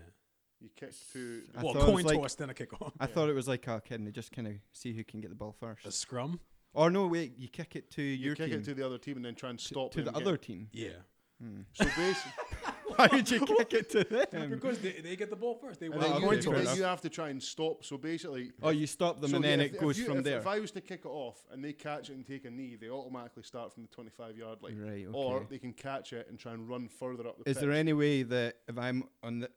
Speaker 2: You kick to
Speaker 4: I
Speaker 3: well,
Speaker 4: thought it was
Speaker 3: coin
Speaker 4: like-
Speaker 3: toss then a kick off.
Speaker 4: I thought it was like a kid, and they just kind of see who can get the ball first.
Speaker 3: A scrum.
Speaker 4: or no, wait, you kick it to
Speaker 2: you
Speaker 4: your
Speaker 2: kick
Speaker 4: team,
Speaker 2: it to the other team and then try and
Speaker 4: to-
Speaker 2: stop
Speaker 4: to the
Speaker 2: them
Speaker 4: other
Speaker 2: getting-
Speaker 4: team. Hmm.
Speaker 3: Yeah.
Speaker 2: So basically,
Speaker 4: Why would you kick it to
Speaker 2: Um,
Speaker 4: them?
Speaker 3: Because they, they get the ball first. They
Speaker 2: and
Speaker 3: want
Speaker 2: then,
Speaker 4: Well,
Speaker 2: you,
Speaker 4: okay,
Speaker 2: and
Speaker 4: fair
Speaker 2: then
Speaker 4: enough.
Speaker 2: you have to try and stop. So basically,
Speaker 4: Oh, you stop them,
Speaker 2: so
Speaker 4: and then
Speaker 2: yeah,
Speaker 4: it
Speaker 2: if-
Speaker 4: goes
Speaker 2: if you-
Speaker 4: from
Speaker 2: if,
Speaker 4: there.
Speaker 2: If I was to kick it off and they catch it and take a knee, they automatically start from the twenty-five yard line,
Speaker 4: Right,
Speaker 2: or
Speaker 4: okay.
Speaker 2: they can catch it and try and run further up the.
Speaker 4: is there
Speaker 2: pitch.
Speaker 4: any way that if I'm on the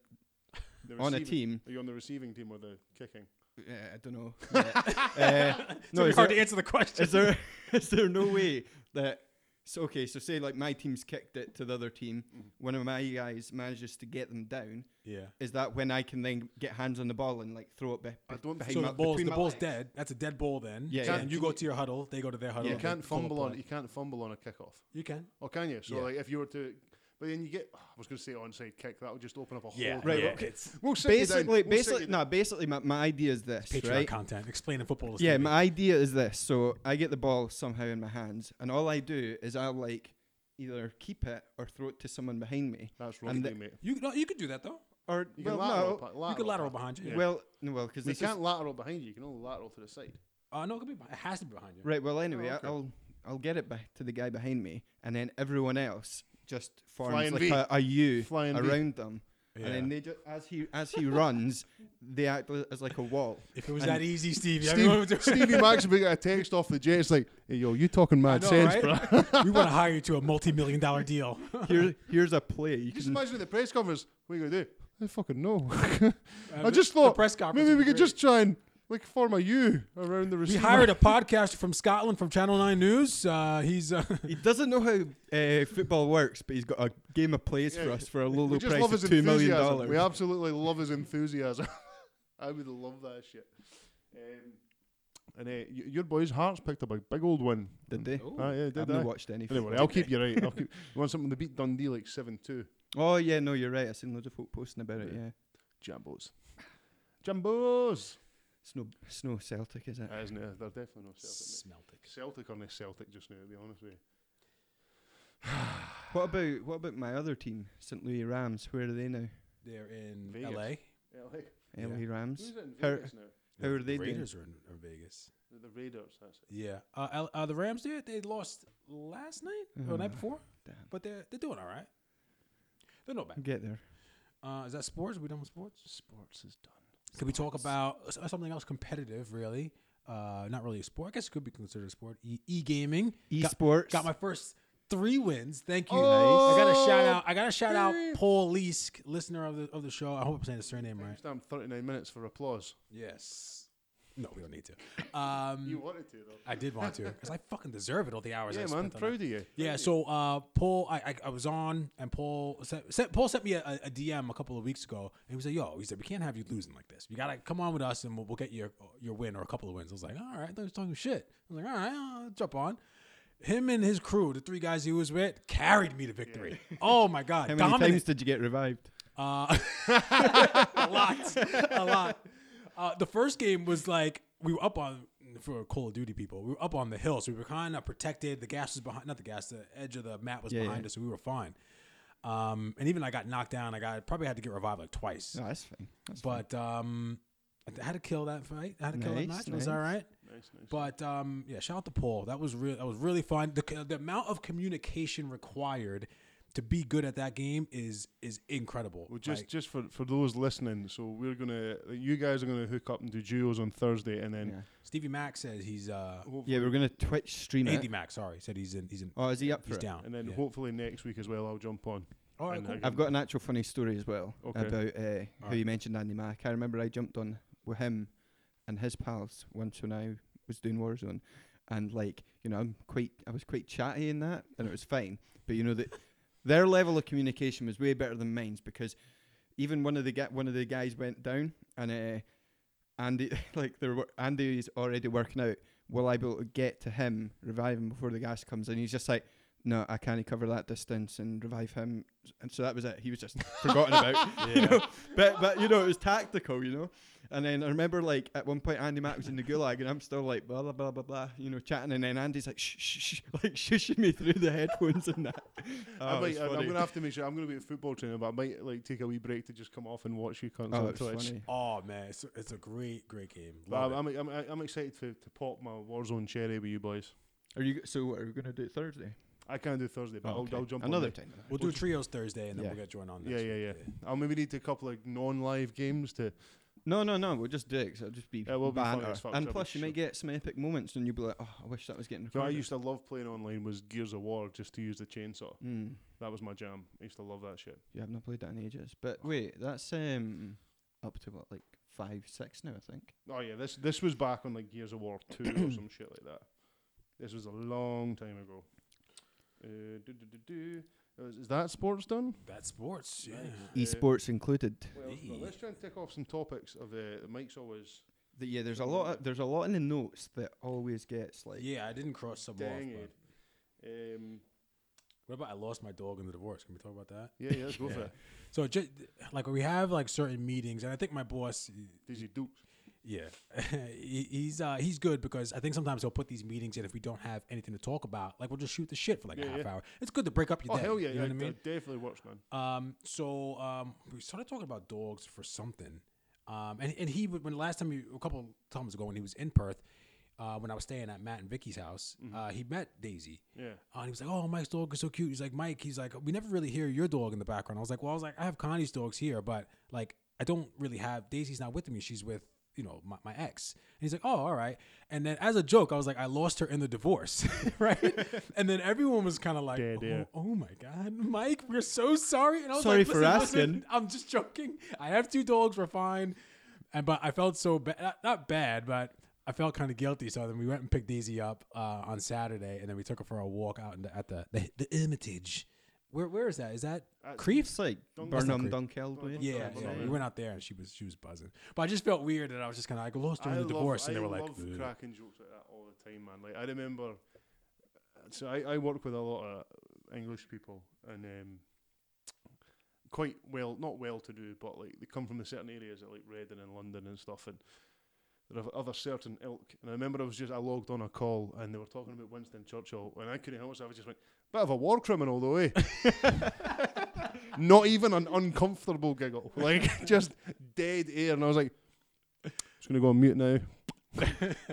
Speaker 2: The
Speaker 4: on a
Speaker 2: receiving-
Speaker 4: team,
Speaker 2: Are you on the receiving team or the kicking?
Speaker 4: uh, I don't know. Yeah. uh,
Speaker 3: no,
Speaker 4: no,
Speaker 3: it's
Speaker 4: is
Speaker 3: hard to
Speaker 4: there-
Speaker 3: answer the question.
Speaker 4: is there is there no way that so okay so say like my team's kicked it to the other team
Speaker 2: Mm-hmm.
Speaker 4: one of my guys manages to get them down
Speaker 3: yeah.
Speaker 4: is that when i can then get hands on the ball and like throw it be-
Speaker 2: I don't think
Speaker 4: behind
Speaker 3: So
Speaker 4: my,
Speaker 3: the ball's,
Speaker 4: between
Speaker 3: the
Speaker 4: my
Speaker 3: ball's
Speaker 4: legs?
Speaker 3: dead. That's a dead ball then.
Speaker 4: Yeah,
Speaker 3: And
Speaker 4: yeah.
Speaker 3: you go to your huddle. They go to their huddle.
Speaker 2: You
Speaker 3: they
Speaker 2: can't
Speaker 3: call a
Speaker 2: fumble on.
Speaker 3: play.
Speaker 2: You can't fumble on a kickoff.
Speaker 3: You can.
Speaker 2: Or can you? So
Speaker 3: Yeah.
Speaker 2: like, if you were to, but then you get. oh, I was going to say onside kick. That would just open up a
Speaker 3: Yeah.
Speaker 2: whole.
Speaker 3: Right.
Speaker 2: Yeah.
Speaker 3: Okay. It's
Speaker 2: We'll sit you down,
Speaker 4: basically
Speaker 2: we'll sit
Speaker 4: basically
Speaker 2: you
Speaker 4: no
Speaker 2: down.
Speaker 4: basically my, my idea is this
Speaker 3: Patreon
Speaker 4: right
Speaker 3: content. Explaining football. to
Speaker 4: yeah
Speaker 3: Stevie.
Speaker 4: my idea is this so i get the ball somehow in my hands and all i do is i'll like either keep it or throw it to someone behind me
Speaker 2: That's
Speaker 4: and
Speaker 2: rugby,
Speaker 4: the-
Speaker 2: mate.
Speaker 3: You no, you could do that though.
Speaker 4: or
Speaker 2: You
Speaker 4: well
Speaker 2: can lateral,
Speaker 4: no
Speaker 2: pa-
Speaker 3: you could lateral
Speaker 2: pa-
Speaker 3: behind you.
Speaker 2: yeah.
Speaker 4: well no well because
Speaker 2: You can't lateral behind you. You can only lateral to the side.
Speaker 3: Uh, no, it could be. beh- It has to be behind you.
Speaker 4: Right. Well, anyway,
Speaker 2: Oh, okay.
Speaker 4: I I'll I'll get it back to the guy behind me, and then everyone else just forms
Speaker 2: Flying
Speaker 4: like
Speaker 2: V.
Speaker 4: a, a U
Speaker 2: Flying V.
Speaker 4: around them,
Speaker 3: Yeah.
Speaker 4: and then they just as he as he runs, they act li- as like a wall.
Speaker 3: If it was
Speaker 4: And-
Speaker 3: that easy, Stevie, everyone would do
Speaker 2: Steve,
Speaker 3: it.
Speaker 2: Stevie Max, we got a text off the jet. It's like, hey, yo, you talking
Speaker 3: I
Speaker 2: mad
Speaker 3: know,
Speaker 2: sense,
Speaker 3: right?
Speaker 2: bro?
Speaker 3: we want to hire you to a multi-million dollar deal.
Speaker 4: Here, here's a play. You
Speaker 2: Just
Speaker 4: can,
Speaker 2: imagine the press conference. What are you gonna do? I fucking know. I
Speaker 3: the-
Speaker 2: just
Speaker 3: the
Speaker 2: thought
Speaker 3: press conference
Speaker 2: maybe
Speaker 3: would
Speaker 2: we
Speaker 3: be
Speaker 2: could
Speaker 3: great.
Speaker 2: just try and like form a U around the
Speaker 3: We
Speaker 2: receiver.
Speaker 3: hired a podcaster from Scotland from Channel Nine News. Uh, he's uh,
Speaker 4: he doesn't know how uh, football works, but he's got a game of plays for
Speaker 2: Yeah.
Speaker 4: us for a low,
Speaker 2: we
Speaker 4: low
Speaker 2: just love
Speaker 4: price
Speaker 2: his
Speaker 4: of two million
Speaker 2: enthusiasm. We
Speaker 4: dollars.
Speaker 2: absolutely love his enthusiasm. I would love that shit. Um, and uh, y- your boys' hearts picked up a big old one.
Speaker 4: Did they?
Speaker 2: Ah, yeah, did
Speaker 4: I've
Speaker 2: I?
Speaker 4: not watched any.
Speaker 2: Anyway,
Speaker 4: football.
Speaker 2: I'll keep you right. I'll keep. You want something to beat Dundee like seven two?
Speaker 4: Oh yeah, no, you're right. I seen loads of folk posting about it.
Speaker 2: Yeah.
Speaker 4: Yeah.
Speaker 2: Jambos. Jambos.
Speaker 4: It's no, it's no Celtic, is it?
Speaker 2: Ah, isn't it? They're definitely no Celtic. mate.
Speaker 3: Celtic.
Speaker 2: Celtic are not Celtic just now. To be honest with you.
Speaker 4: What about what about my other team, St. Louis Rams? Where are they now?
Speaker 3: They're in
Speaker 2: Vegas.
Speaker 3: L.A.
Speaker 2: Yeah, like,
Speaker 3: Yeah.
Speaker 4: LA Rams.
Speaker 2: who's in
Speaker 4: Her-
Speaker 2: Vegas now?
Speaker 4: How are they
Speaker 3: the
Speaker 4: doing?
Speaker 3: Raiders are in, are in Vegas.
Speaker 2: The, the Raiders. That's it.
Speaker 3: Yeah. Uh, L- uh, the Rams did. They lost last night or the night
Speaker 2: Mm-hmm.
Speaker 3: before,
Speaker 4: Damn.
Speaker 3: but they're they're doing all right. They're not bad.
Speaker 4: Get there.
Speaker 3: Uh, is that sports? Are we done with sports?
Speaker 2: Sports is done.
Speaker 3: Could we talk about s- uh, something else competitive? Really, uh, not really a sport. I guess it could be considered a sport. E- e-gaming. Got-
Speaker 4: Esports.
Speaker 3: Got my first three wins. Thank you.
Speaker 2: Oh,
Speaker 3: I got to shout out. I got to shout out
Speaker 2: baby.
Speaker 3: Paul Leask, listener of the of the show. I hope I'm saying the surname right.
Speaker 2: Damn, 39 minutes for applause.
Speaker 3: Yes. No, we don't need to. Um,
Speaker 4: Mm.
Speaker 2: You wanted to though.
Speaker 3: I did want to because I fucking deserve it. All the hours. I
Speaker 2: Yeah, man.
Speaker 3: spent on it.
Speaker 2: Proud of you.
Speaker 3: Yeah, so uh, Paul, I, I I was on, and Paul sent, sent Paul sent me a, a DM a couple of weeks ago, and he was like, "Yo," he said, "We can't have you losing like this. You gotta come on with us, and we'll, we'll get your your win or a couple of wins." I was like, "All right," I was talking shit. I was like, "All right, I'll jump on." Him and his crew, the three guys he was with, carried me to victory. Oh my god,
Speaker 4: How many
Speaker 3: dominant.
Speaker 4: times did you get revived?
Speaker 3: Uh, a lot, a lot. Uh, the first game was like we were up on for Call of Duty people. We were up on the hill, so we were kind of protected. The gas was behind, not the gas. The edge of the map was
Speaker 4: Yeah,
Speaker 3: behind
Speaker 4: yeah.
Speaker 3: us, so we were fine. Um, and even I got knocked down. I got probably had to get revived like twice.
Speaker 4: No, that's fine. That's fine.
Speaker 3: But um, I had to kill that fight. I had to kill that
Speaker 4: Nice,
Speaker 3: match. It was
Speaker 4: nice.
Speaker 3: all right.
Speaker 2: Nice, nice.
Speaker 3: But um, yeah, shout out to Paul. That was real. That was really fun. The, c- the amount of communication required to be good at that game is is incredible.
Speaker 2: Well, just
Speaker 3: Like-
Speaker 2: just for, for those listening, so we're gonna you guys are gonna hook up and do duos on Thursday, and then
Speaker 4: yeah.
Speaker 3: Stevie Mack says he's uh
Speaker 4: yeah, we're gonna Twitch stream
Speaker 3: Andy
Speaker 4: it.
Speaker 3: Mack, sorry, said he's in he's in
Speaker 4: Oh, is he up for
Speaker 3: he's
Speaker 4: it?
Speaker 3: down.
Speaker 2: and then
Speaker 3: yeah.
Speaker 2: hopefully next week as well I'll jump on.
Speaker 3: All right,
Speaker 2: and
Speaker 3: cool.
Speaker 2: I can-
Speaker 4: I've got an actual funny story as well
Speaker 2: Okay.
Speaker 4: about uh, how
Speaker 3: Alright.
Speaker 4: you mentioned Andy Mack. I remember I jumped on with him and his pals once when I was doing Warzone, and like you know, I'm quite I was quite chatty in that, and it was fine. But you know that their level of communication was way better than mine's because even one of the ga- one of the guys went down, and uh, Andy like there were Andy is already working out. Will I be able to get to him, revive him before the gas comes? And he's just like, no, I can't cover that distance and revive him. And so that was it. He was just forgotten about, you know. But but you know, it was tactical, you know. And then I remember like at one point Andy Mack was in the gulag, and I'm still like blah blah blah blah blah, you know, chatting. And then Andy's like shh shh, shh like shushing me through the headphones and that. Oh,
Speaker 2: I
Speaker 4: it was
Speaker 2: might, I'm, I'm
Speaker 4: funny.
Speaker 2: gonna have to make sure I'm gonna be at football training, but I might like take a wee break to just come off and watch you cunts
Speaker 4: Oh,
Speaker 2: on
Speaker 4: it was
Speaker 2: Twitch.
Speaker 4: funny.
Speaker 3: Oh man, it's, it's a great, great game.
Speaker 2: But
Speaker 3: Love
Speaker 2: I'm,
Speaker 3: it.
Speaker 2: I'm, I'm, I'm excited to, to pop my Warzone cherry with you boys.
Speaker 4: Are you so? What, are we gonna do it Thursday?
Speaker 2: I can't do Thursday, but
Speaker 4: Oh, okay.
Speaker 2: I'll, I'll jump on
Speaker 4: another
Speaker 2: it.
Speaker 4: time.
Speaker 3: we'll do trios Thursday, and then
Speaker 4: Yeah.
Speaker 3: we'll get joined on.
Speaker 2: Yeah,
Speaker 3: Next
Speaker 2: yeah,
Speaker 3: week.
Speaker 2: yeah. I'll Oh, maybe need a couple of non-live games to.
Speaker 4: No, no, no. We'll just do it. it it'll just be
Speaker 2: It will be funny
Speaker 4: banter.
Speaker 2: as fuck,
Speaker 4: and
Speaker 2: so
Speaker 4: plus,
Speaker 2: we
Speaker 4: you may
Speaker 2: should-
Speaker 4: get some epic moments, and you'll be like, "Oh, I wish that was getting
Speaker 2: You know what I
Speaker 4: recorded."
Speaker 2: used to love playing online was Gears of War, just to use the chainsaw.
Speaker 4: Mm.
Speaker 2: That was my jam. I used to love that shit.
Speaker 4: Yeah, I've not played that in ages. But
Speaker 2: Oh.
Speaker 4: wait, that's um up to what, like five, six now, I think.
Speaker 2: Oh yeah, this this was back on like Gears of War two or some shit like that. This was a long time ago. Uh, do, do, do, do. Uh, Is, is that sports done?
Speaker 3: That's E sports. Yeah.
Speaker 2: Nice. Uh,
Speaker 4: Esports included.
Speaker 2: Well,
Speaker 3: Hey.
Speaker 2: well, let's try and tick off some topics of uh, the Mike's always.
Speaker 4: The, yeah, there's a lot. there's a lot in the notes that always gets like.
Speaker 3: Yeah, I didn't cross some off.
Speaker 2: Dang
Speaker 3: but-
Speaker 2: it. Um,
Speaker 3: What about I lost my dog in the divorce? Can we talk about that?
Speaker 2: yeah, yeah, let's go for
Speaker 3: Yeah.
Speaker 2: it.
Speaker 3: So, ju- like, we have like certain meetings, and I think my boss,
Speaker 2: Dizzy Dukes.
Speaker 3: yeah, he, he's uh, he's good because I think sometimes he'll put these meetings in if we don't have anything to talk about, like we'll just shoot the shit for like a
Speaker 2: Yeah,
Speaker 3: half
Speaker 2: yeah.
Speaker 3: hour. It's good to break up your
Speaker 2: Oh
Speaker 3: day.
Speaker 2: hell yeah,
Speaker 3: you
Speaker 2: yeah
Speaker 3: know what I
Speaker 2: it-
Speaker 3: mean?
Speaker 2: it definitely works, man.
Speaker 3: Um, so um, we started talking about dogs for something, um, and and he would when last time he, a couple times ago when he was in Perth, uh, when I was staying at Matt and Vicky's house, uh, he met Daisy.
Speaker 2: Yeah.
Speaker 3: Uh, and he was like, "Oh, Mike's dog is so cute." He's like, "Mike," he's like, "We never really hear your dog in the background." I was like, "Well, I was like, I have Connie's dogs here, but like, I don't really have Daisy's not with me. She's with." You know my, my ex, and he's like, "Oh, all right." And then, as a joke, I was like, "I lost her in the divorce, right?" and then everyone was kind of like,
Speaker 2: Dead
Speaker 3: oh,
Speaker 2: air.
Speaker 3: "Oh my god, Mike, we're so sorry." And I was
Speaker 4: Sorry
Speaker 3: like,
Speaker 4: for
Speaker 3: "Listen, listen,
Speaker 4: asking."
Speaker 3: I'm just joking. I have two dogs. We're fine." And but I felt so bad, not, not bad, but I felt kind of guilty. So then we went and picked Daisy up uh, on Saturday, and then we took her for a walk out in the, at the, the the Hermitage. Where where is that? Is that
Speaker 2: That's-
Speaker 3: Creefs?
Speaker 4: It's like
Speaker 2: Dun- That's
Speaker 4: Burnham
Speaker 3: not
Speaker 4: Dunkelway.
Speaker 3: Yeah,
Speaker 2: Yeah,
Speaker 3: yeah,
Speaker 2: Uh, yeah.
Speaker 3: We went out there and she was she was buzzing, but I just felt weird that I was just kind of like lost her in the divorce, and they were
Speaker 2: I
Speaker 3: like,
Speaker 2: love
Speaker 3: "Ugh."
Speaker 2: cracking jokes like that all the time, man. Like I remember, so I, I work with a lot of English people and um, quite well, not well to do, but like they come from the certain areas like Reading and London and stuff, and there are other certain ilk. And I remember I was just I logged on a call and they were talking about Winston Churchill, and I couldn't help myself. I just went, bit of a war criminal though, eh? not even an uncomfortable giggle, like just dead air, and I was like. Just gonna go on mute now.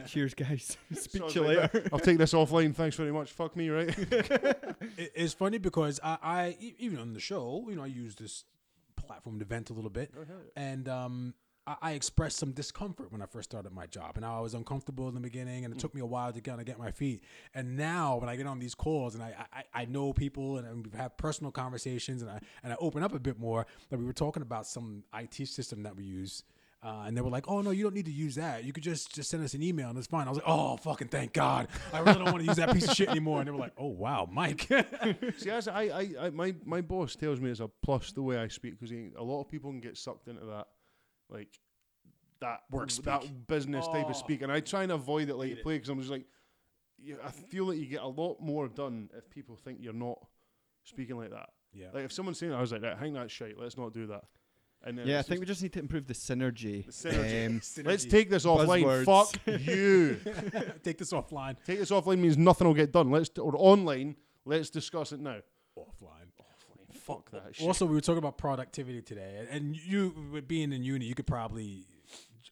Speaker 4: Cheers, guys. Speak
Speaker 2: Sounds
Speaker 4: to you
Speaker 2: like
Speaker 4: later.
Speaker 2: I'll take this offline. Thanks very much. Fuck me, right?
Speaker 3: It- it's funny because I, I e- even on the show, you know, I use this platform to vent a little bit, and um, I, I expressed some discomfort when I first started my job, and I was uncomfortable in the beginning, and it took me a while to kind of get my feet. And now, when I get on these calls, and I I, I know people, and, and we have personal conversations, and I and I open up a bit more. That we were talking about some IT system that we use. Uh, and they were like, "Oh no, you don't need to use that. You could just just send us an email and it's fine." I was like, "Oh fucking thank God! I really don't want to use that piece of shit anymore." And they were like, "Oh wow, Mike."
Speaker 2: See, as I, I, I, my, my boss tells me it's a plus the way I speak because a lot of people can get sucked into that, like that
Speaker 3: Work
Speaker 2: that business type
Speaker 3: Oh.
Speaker 2: of speak, and I try and avoid it like the plague because I'm just like, you, I feel like you get a lot more done if people think you're not speaking like that.
Speaker 3: yeah.
Speaker 2: Like if someone's saying, that, I was like, right, hang that shit. Let's not do that. And then
Speaker 4: yeah, I
Speaker 2: it's
Speaker 4: think we
Speaker 2: just,
Speaker 4: just need to improve the synergy.
Speaker 2: The synergy.
Speaker 4: Um,
Speaker 2: let's take this offline.
Speaker 4: Buzzwords.
Speaker 2: Fuck you.
Speaker 3: take this offline.
Speaker 2: Take this offline means nothing will get done. Let's or online. Let's discuss it now.
Speaker 3: Offline.
Speaker 2: Offline. Fuck that shit.
Speaker 3: Also, we were talking about productivity today, and- and you with being in uni, you could probably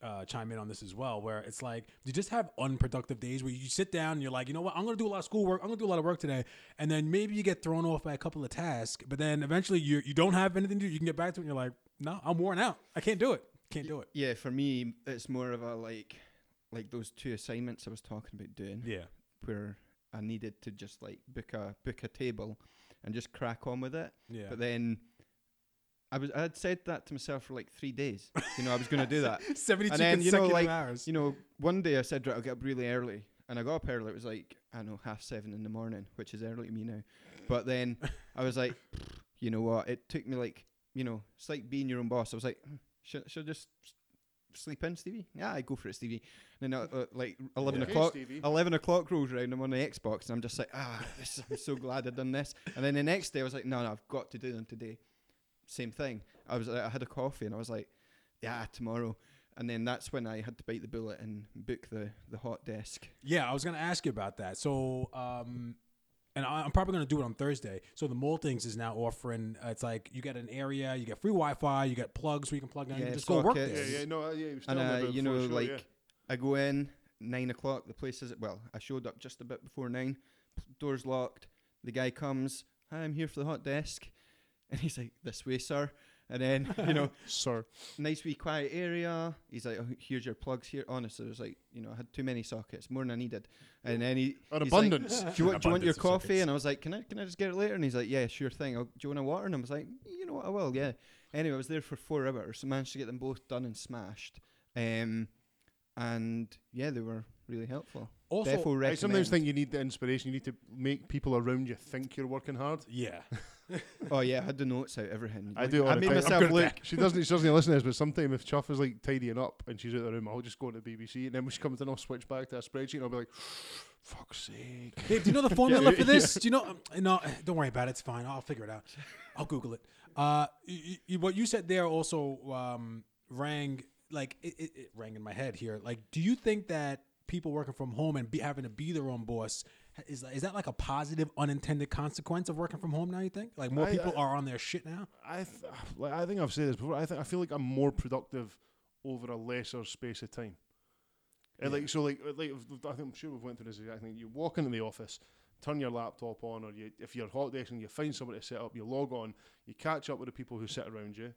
Speaker 3: uh, chime in on this as well. Where it's like you just have unproductive days where you sit down and you're like, you know what, I'm gonna do a lot of schoolwork, I'm gonna do a lot of work today, and then maybe you get thrown off by a couple of tasks, but then eventually you you don't have anything to do. You can get back to it, and you're like, no, I'm worn out. I can't do it. Can't do it.
Speaker 4: yeah, for me, it's more of a like, like those two assignments I was talking about doing.
Speaker 3: Yeah.
Speaker 4: where I needed to just like book a book a table and just crack on with it.
Speaker 3: Yeah.
Speaker 4: But then I was I had said that to myself for like three days. You know, I was gonna do that.
Speaker 3: Seventy-two
Speaker 4: And then, you know,
Speaker 3: consecutive
Speaker 4: like,
Speaker 3: hours.
Speaker 4: You know, one day I said right, I'll get up really early. And I got up early, it was like, I don't know, half seven in the morning, which is early to me now. But then I was like, "Hmm, you know what? It took me like, you know, it's like being your own boss. I was like, should, should I just sleep in, Stevie? Yeah, I go for it, Stevie. And then uh, uh, like eleven
Speaker 2: Yeah. Okay,
Speaker 4: o'clock,
Speaker 2: Stevie.
Speaker 4: eleven o'clock rolls around. I'm on the Xbox, and I'm just like, ah, this, I'm so glad I done this. And then the next day, I was like, no, no, I've got to do them today. Same thing. I was, I had a coffee, and I was like, yeah, tomorrow. And then that's when I had to bite the bullet and book the the hot desk.
Speaker 3: Yeah, I was gonna ask you about that. So, um, and I, I'm probably gonna do it on Thursday. So the Moltings is now offering. Uh, it's like you get an area, you get free Wi-Fi, you get plugs where you can plug in. you
Speaker 4: Yeah,
Speaker 3: can just go work
Speaker 4: sockets.
Speaker 2: Yeah,
Speaker 3: there.
Speaker 2: yeah, no, uh, yeah. He was telling
Speaker 4: and
Speaker 2: me
Speaker 4: uh,
Speaker 2: about it
Speaker 4: you know,
Speaker 2: before the show,
Speaker 4: like
Speaker 2: yeah.
Speaker 4: I go in nine o'clock. The place is well. I showed up just a bit before nine. p- Doors locked. The guy comes. Hi, I'm here for the hot desk, and he's like, "This way, sir." And then you know,
Speaker 2: sir,
Speaker 4: nice wee quiet area. He's like, oh, "Here's your plugs here." Oh, Honestly, it was like, you know, I had too many sockets, more than I needed. And then he,
Speaker 2: an
Speaker 4: he's like,
Speaker 2: abundance.
Speaker 4: do you, want, do you want your
Speaker 3: Abundance of
Speaker 4: coffee?
Speaker 3: sockets.
Speaker 4: And I was like, can I can I just get it later? And he's like, yeah, sure thing. I'll, do you want a water? And I was like, you know what, I will. Yeah. Anyway, I was there for four hours. Managed to get them both done and smashed. Um, and yeah, they were really helpful.
Speaker 3: Also,
Speaker 4: Defo
Speaker 2: I sometimes
Speaker 4: recommend.
Speaker 2: think you need the inspiration. You need to make people around you think you're working hard.
Speaker 3: yeah,
Speaker 4: oh yeah, I had the notes out everything.
Speaker 2: I do. All
Speaker 4: I
Speaker 2: the
Speaker 4: made
Speaker 2: time.
Speaker 4: myself
Speaker 2: I'm good at
Speaker 4: look.
Speaker 2: that. She doesn't. She doesn't listen to this. But sometimes if Chuff is like tidying up and she's out of the room, I'll just go to the BBC, and then when she comes in, I'll switch back to a spreadsheet, and I'll be like, "Fuck's sake."
Speaker 3: Babe, do you know the formula for this? Do you know? um, No, don't worry about it. It's fine. I'll figure it out. I'll Google it. Uh, you, you, what you said there also um, rang like it, it, it rang in my head here. Like, do you think that people working from home and be, having to be their own boss is is that like a positive unintended consequence of working from home now? You think like more
Speaker 2: I- uh,
Speaker 3: people
Speaker 2: I-
Speaker 3: are on their shit now?
Speaker 2: I th- like I think I've said this before. I think I feel like I'm more productive over a lesser space of time. And like so, like uh, like if- I think I'm sure we've went through this exact thing. You walk into the office, turn your laptop on, or you, if you're hot desk and you find somebody to set up, you log on, you catch up with the people who sit around you.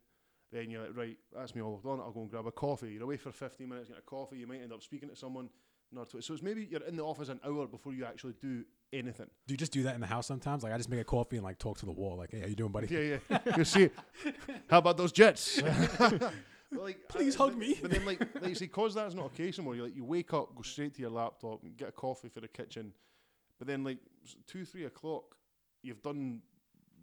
Speaker 2: Then you're like, right, that's me all done. I'll go and grab a coffee. You're away for 15 minutes, get a coffee. You might end up speaking to someone. Not to it. So it's maybe you're in the office an hour before you actually do anything.
Speaker 3: Do you just do that in the house sometimes? Like, I just make a coffee and like talk to the wall. Like, hey, how you doing, buddy?
Speaker 2: Yeah, yeah. You see, how about those Jets? But, like,
Speaker 3: Please hug
Speaker 2: but-
Speaker 3: me.
Speaker 2: But then, like, like you see, cause that's not a case anymore. You like, you wake up, go straight to your laptop, and get a coffee for the kitchen. But then, like s- two, three o'clock, you've done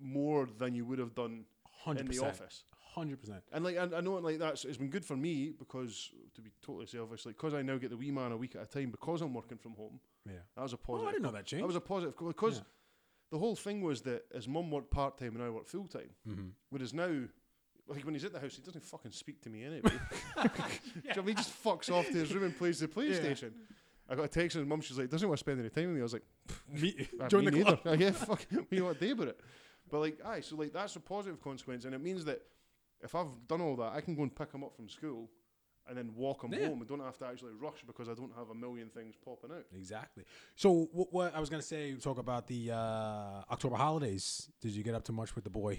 Speaker 2: more than you would have done
Speaker 3: Hundred
Speaker 2: in the
Speaker 3: percent.
Speaker 2: office.
Speaker 3: Hundred percent.
Speaker 2: And like, I, I know, like that's it's been good for me because, to be totally selfish, like, cause I now get the wee man a week at a time because I'm working from home.
Speaker 3: Yeah.
Speaker 2: That was a
Speaker 3: Oh,
Speaker 2: positive.
Speaker 3: I didn't know that
Speaker 2: That
Speaker 3: change.
Speaker 2: was a positive because
Speaker 3: Yeah.
Speaker 2: the whole thing was that his mum worked part time and I worked full time.
Speaker 3: Mm-hmm.
Speaker 2: Whereas now, like when he's at the house, he doesn't fucking speak to me anyway. Do you know what I mean? he just fucks off to his room and plays the PlayStation. I got a text from his mum. She's like, "Doesn't want to spend any time with me." I was like,
Speaker 3: Me,
Speaker 2: "Ah,
Speaker 3: join
Speaker 2: "Me
Speaker 3: the club.
Speaker 2: neither." Like, yeah, fuck. We want day about it. But like, aye. So like, that's a positive consequence, and it means that if I've done all that, I can go and pick him up from school, and then walk him
Speaker 3: Yeah.
Speaker 2: home, and don't have to actually rush because I don't have a million things popping out.
Speaker 3: Exactly. So what, what I was gonna say, talk about the uh, October holidays. Did you get up to much with the boy?